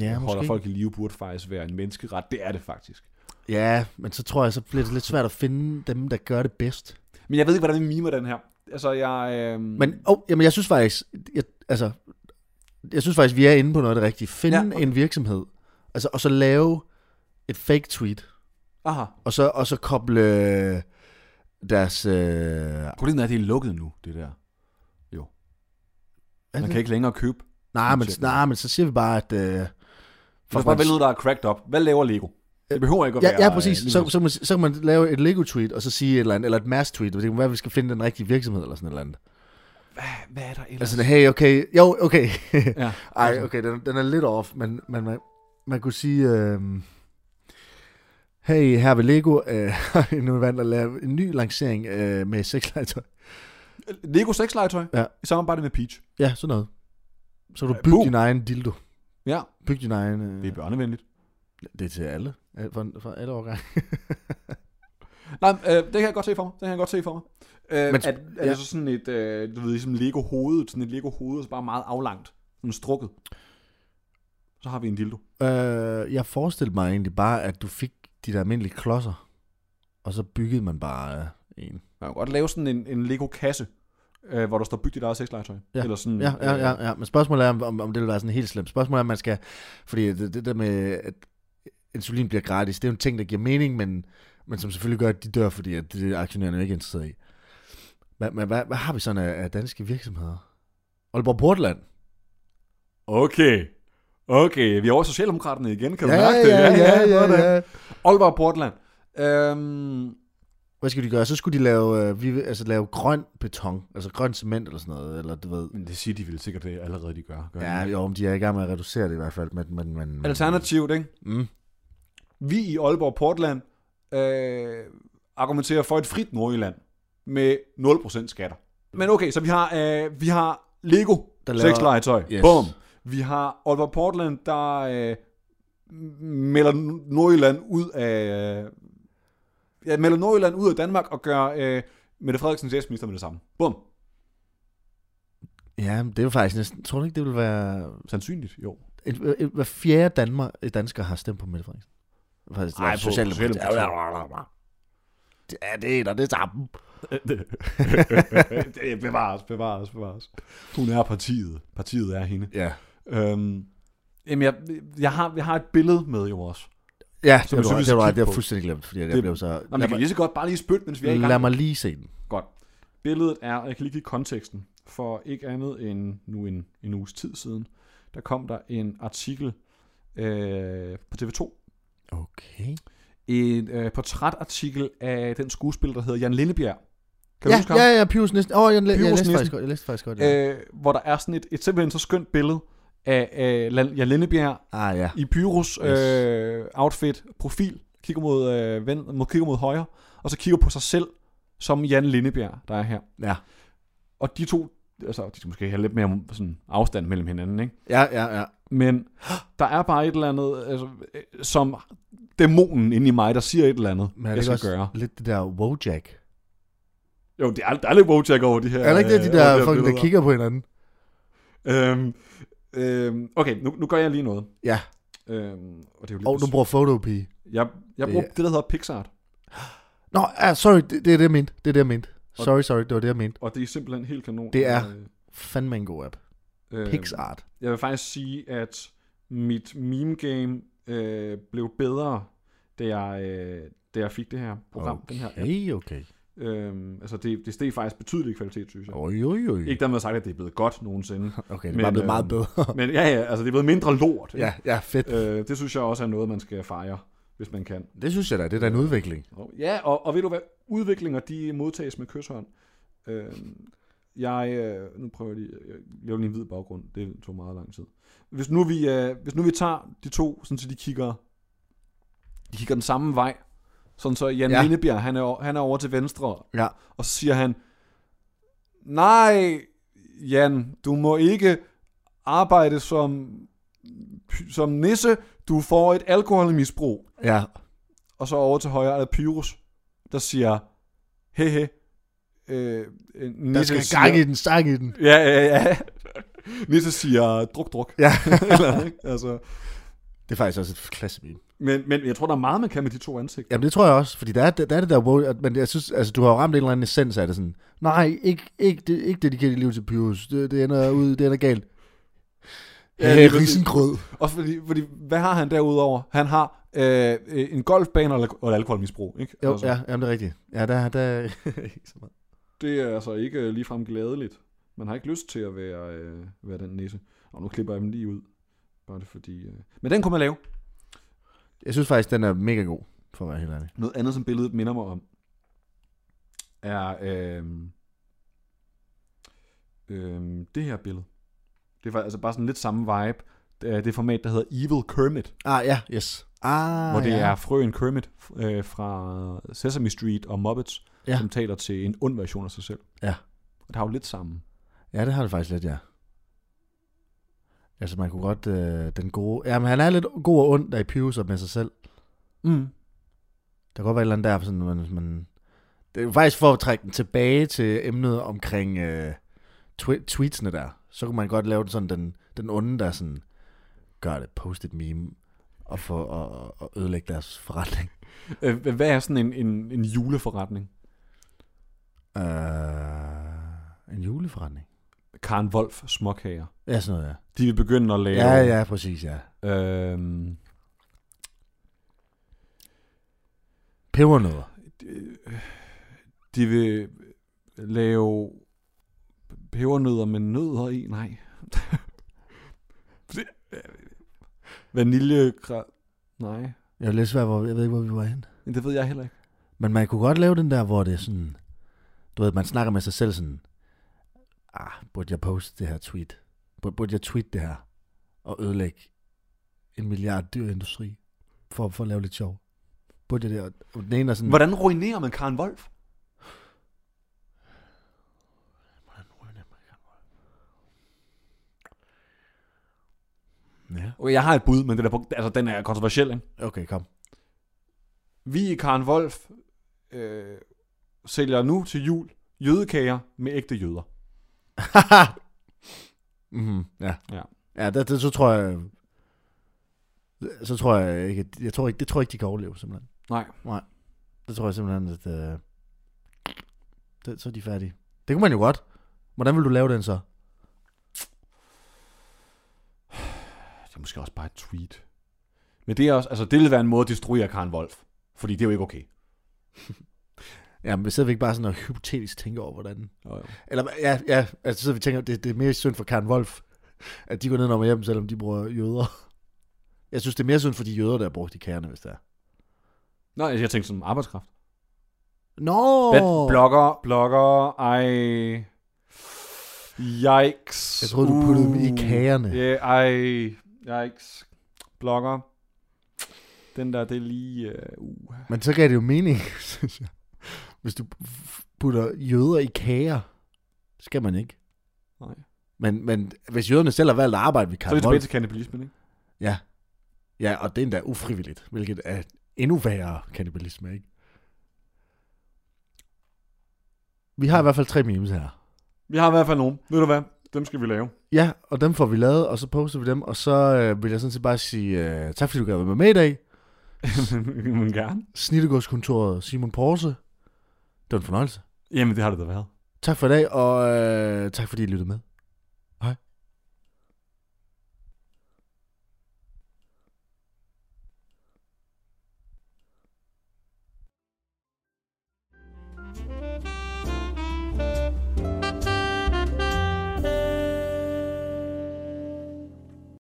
Ja, holder måske. folk i live, burde faktisk være en menneskeret. Det er det faktisk. ja, men så tror jeg, så bliver det lidt svært at finde dem, der gør det bedst. Men jeg ved ikke, hvordan vi mimer den her. Altså, jeg... Øh, Men oh, jamen, jeg synes faktisk, jeg, altså, jeg synes faktisk, vi er inde på noget af det rigtige. Finde Ja, ja, okay. en virksomhed, altså, og så lave et fake tweet, Aha. og så, og så koble deres... Øh, er Problemet er, at det er lukket nu, det der. Man det- kan ikke længere købe. nej, men, nej, men så siger vi bare, at... Øh, For bare vælge ud, der er cracked op. Hvad laver Lego? Det behøver ikke at Øh, Ja, være... ja præcis. øh, lige Så, så, man, så kan man lave et Lego-tweet, og så sige et eller andet, eller et mass-tweet, og det kan være, at vi skal finde den rigtige virksomhed, eller sådan et eller andet. Hvad- Hvad er der ellers? Altså sådan, hey, okay, jo, okay. ja. altså. Ej, okay, den, den er lidt off, men, men man, man kunne sige, øh, hey, her ved Lego, øh, nu vandt at lave en ny lancering øh, med sexlegetøj. Lego sexlegetøj Ja. i samarbejde med Peach. Ja, sådan noget. Så kan du Øh, bygge boom. din egen dildo. Ja, Bygge din egen... Øh, det er børnevenligt. det er til alle. Al- For, for alle årgange. Nej, men, øh, det kan jeg godt se for mig. Det kan jeg godt se for mig. Øh, Men- men, er, er ja. det så sådan et, øh, du ved, ligesom Lego hovedet, sådan et Lego hoved, så bare meget aflangt, sådan strukket. Så har vi en dildo. Øh, jeg forestillede mig egentlig bare, at du fik de der almindelige klodser, og så byggede man bare øh, en. Man kan godt lave sådan en, en Lego-kasse, øh, hvor der står byg dit eget sexlegetøj. Ja. Eller sådan, Ja, Mm, ja, øh, ja, ja. Men spørgsmålet er, om, om det vil være sådan helt slemt. Spørgsmålet er, om man skal... Fordi det, det der med, at insulin bliver gratis, det er jo en ting, der giver mening, men, men som selvfølgelig gør, at de dør, fordi at det er aktionærerne jo ikke interesseret i. Men, men hvad, hvad har vi sådan af, af danske virksomheder? Aalborg Portland. Okay. Okay, vi er over i Socialdemokraterne igen, kan du Ja, mærke det? ja, ja, sådan. ja, ja. Aalborg Portland. Øhm, Hvad skal de gøre? Så skulle de lave, øh, vi, vil- altså, lave grøn beton, altså grøn cement eller sådan noget, eller du ved. men det siger de vel sikkert, det allerede de gør. gør Ja, de ikke? jo, men de er i gang med at reducere det i hvert fald. Men, men, men, men- Alternativt, ikke? Mm. Vi i Aalborg Portland øh, argumenterer for et frit Nordjylland med 0% skatter. Men okay, så vi har, øh, vi har Lego, Der laver- sexlegetøj, Yes. yes. bum. Vi har Aalborg Portland, der øh, melder Nordjylland ud af... øh, Ja, melder Nordjylland ud af Danmark og gør øh, Mette Frederiksen statsminister med det samme. Bum. Ja, men det er jo faktisk næsten... Tror du ikke, det vil være... Sandsynligt, jo. Et, et, et, hver fjerde Danmark, dansker har stemt på Mette Frederiksen. Faktisk, det er Ej, på Socialdemokratiet. Socialdemokratiet. Ja, det er der, det er sammen. Det er bevares, bevares, bevares. Hun er partiet. Partiet er hende. Ja. Øhm, jamen, jeg, jeg, har, jeg har et billede med jo også. Ja, det Som var, vi synes, vi det, skal var, det kigge var på. fuldstændig glemt, fordi jeg Det- blev så... Nå, men jeg kan lige så godt bare lige spytte, mens vi er i lad, mig, lad gang. mig lige se den. Godt. Billedet er, jeg kan lige give konteksten, for ikke andet end nu en, en uges tid siden, der kom der en artikel øh, på TV2. Okay. En øh, portrætartikel af den skuespiller, der hedder Jan Lillebjerg. Kan du ja, huske ham? ja, ja, Pius Nissen. Åh, oh, jeg, læ- jeg, Pius læste Nissen. faktisk godt, jeg læste faktisk godt. Ja. Øh, øh, hvor der er sådan et, et simpelthen så skønt billede af øh, Lan- Jan Lindebjerg ah, ja. i Pyrus øh, outfit, profil, kigger mod, øh, ven, mod, kigger mod højre, og så kigger på sig selv som Jan Lindebjerg, der er her. Ja. Og de to altså, de skal måske have lidt mere sådan, afstand mellem hinanden, ikke? Ja, ja, ja. Men der er bare et eller andet, altså, øh, som dæmonen inde i mig, der siger et eller andet, Men er det jeg ikke skal også gøre. lidt det der Wojak? Jo, det er, der er lidt Wojak over de her... Er der ikke det, de øh, over der her folk, der billeder? kigger på hinanden? Øhm, øhm, okay, nu, nu gør jeg lige noget. Ja. Øhm, og det er jo lidt Og du bruger Photopea. jeg, jeg bruger Det- det, det, der hedder PixArt, Nå, ah, sorry, det, det er det, jeg mente. Det er det, jeg mente. Sorry, sorry, det var det, jeg mente. og det er simpelthen helt kanon. Det er- Øh, Fandme en god app. øhm, PixArt. Jeg vil faktisk sige, at mit meme game øh, blev bedre, da jeg, øh, da jeg fik det her program, okay. den her app. Okay, okay. Øhm, altså det, det steg faktisk betydeligt i kvalitet, synes jeg. Oj, oj, oj. Ikke dermed sagt, at det er blevet godt nogensinde. Okay, det er bare Men, blevet meget øhm, bedre. Men ja, ja, altså det er blevet mindre lort. ikke? ja, ja, fedt. Øh, det synes jeg også er noget, man skal fejre, hvis man kan. Det synes jeg da, det er da en udvikling. Og- Ja, og, og ved du hvad? Udviklinger, de modtages med kysshånd. Øh, jeg, øh, nu prøver jeg lige, jeg laver lige en hvid baggrund, det tog meget lang tid. Hvis nu vi, øh, hvis nu vi tager de to, sådan så de kigger, de kigger den samme vej, sådan så Jan Ja. ja. Lindebjerg, han er, o- han er over til venstre, Ja. og så siger han, nej, Jan, du må ikke arbejde som, som nisse, du får et alkoholmisbrug. Ja. Og så over til højre er der Pyrus, der siger, hehe, øh, øh, Der Nisse skal gang i den, stang i den. Ja, ja, ja. Nisse siger, druk, druk. Ja. Eller, ikke? altså, Det er faktisk også et klasse meme. men, men jeg tror, der er meget, man kan med de to ansigter. Jamen det tror jeg også, fordi der er, der er det der wow, at- men jeg synes, altså du har jo ramt en eller anden essens af det sådan, nej, ikke, ikke, det, ikke dedikere dit liv til Pyrus, det, det ender ud, det ender galt. Ja, Ja, lige præcis. risengrød. Også fordi, fordi, hvad har han derudover? Han har øh, øh, en golfbane og, og et alkoholmisbrug, ikke? Jo, altså, ja, jamen, det er rigtigt. Ja, der, der ikke så meget. Det er altså ikke øh, ligefrem glædeligt. Man har ikke lyst til at være, øh, være den nisse. Og nu klipper jeg dem lige ud. Bare det fordi... Øh... Men den kunne man lave. Jeg synes faktisk, den er mega god, for at være helt ærlig. Noget andet, som billedet minder mig om, er øhm, øhm, det her billede. Det er faktisk- altså bare sådan lidt samme vibe. Det er det format, der hedder Evil Kermit, Ah, ja, yes. Ah, ah, hvor det ja. er frøen Kermit øh, fra Sesame Street og Muppets, Ja. ja. som taler til en ond version af sig selv. Ja. Og det har jo lidt sammen. Ja, det har det faktisk lidt, ja. Altså, man kunne godt, øh, den gode... Jamen, han er lidt god og ond, der i Pyrus og med sig selv. Mm. Der kan godt være et eller andet der, sådan, man, man... Det er jo faktisk for at trække den tilbage til emnet omkring øh, tw- tweetsene der. Så kunne man godt lave den sådan, den, den onde, der sådan, gør det, post et meme, og, for, og, og ødelægge deres forretning. Øh, hvad er sådan en, en, en juleforretning? Øh, en juleforretning. Karen Wolf Småkager. Ja, sådan noget, ja. De vil begynde at lave... Ja, ja, præcis, ja. Øhm, Pebernødder. de, de vil lave pebernødder med nødder i. Nej. Det- Vanilje... Nej, Jeg er lidt svært, hvor, jeg ved ikke, hvor vi var hen. men det ved jeg heller ikke. Men man kunne godt lave den der, hvor det er sådan, du ved, man snakker med sig selv sådan, ah, burde jeg poste det her tweet? Burde, burde jeg tweet det her? Og ødelægge en milliard dyr industri for, for at lave lidt sjov? Burde jeg det? Og- Og den ene er sådan, Hvordan ruinerer man Karen Wolf? Ja. Okay, jeg har et bud, men den er, på- altså, den er kontroversiel, ikke? Okay, kom. Vi i Karen Wolf øh, sælger nu til jul jødekager med ægte jøder. mm-hmm, ja. Ja. Ja, det, det, så tror jeg, så tror jeg ikke, at- jeg tror ikke, det tror jeg ikke, de kan overleve, simpelthen. Nej. Det tror jeg simpelthen, at øh, det, så er de færdige. Det kunne man jo godt. Hvordan vil du lave den så? Det er måske også bare et tweet. Men det er også, altså det vil være en måde at destruere Karen Wolf. Fordi det er jo ikke okay. Ja, men sidder vi ikke bare sådan og hypotetisk tænker over, hvordan... Jo, jo. Eller, ja, ja altså sidder vi og tænker, det, det er mere synd for Karen Wolf, at de går ned og hjem, selvom de bruger jøder. Jeg synes, det er mere synd for de jøder, der har brugt de kærne, hvis det er. Nå, jeg tænkte som arbejdskraft. Nå! Oh. Blogger, blogger, ej. Yikes. Jeg troede, du puttede dem i kagerne. Ja, ej. Yikes. Blogger. Den der, det er lige... Uh, uh. Men så gav det jo mening, synes jeg. Hvis du putter jøder i kager, så skal man ikke. Nej. Men, men hvis jøderne selv har valgt at arbejde ved Så er vi Karl tilbage Wolf, til kannibalismen, ikke? ja. ja, og det er endda ufrivilligt, hvilket er endnu værre kannibalisme, ikke? Vi har i hvert fald tre memes her. Vi har i hvert fald nogen. Ved du hvad? Dem skal vi lave. Ja, og dem får vi lavet, og så poster vi dem, og så øh, vil jeg sådan set bare sige øh, tak, fordi du gad være med, med i dag. Men gerne. Snittegårdskontoret Simon Porse. Det var en fornøjelse. Jamen, det har det da været. Tak for i dag, og øh, tak fordi I lyttede med.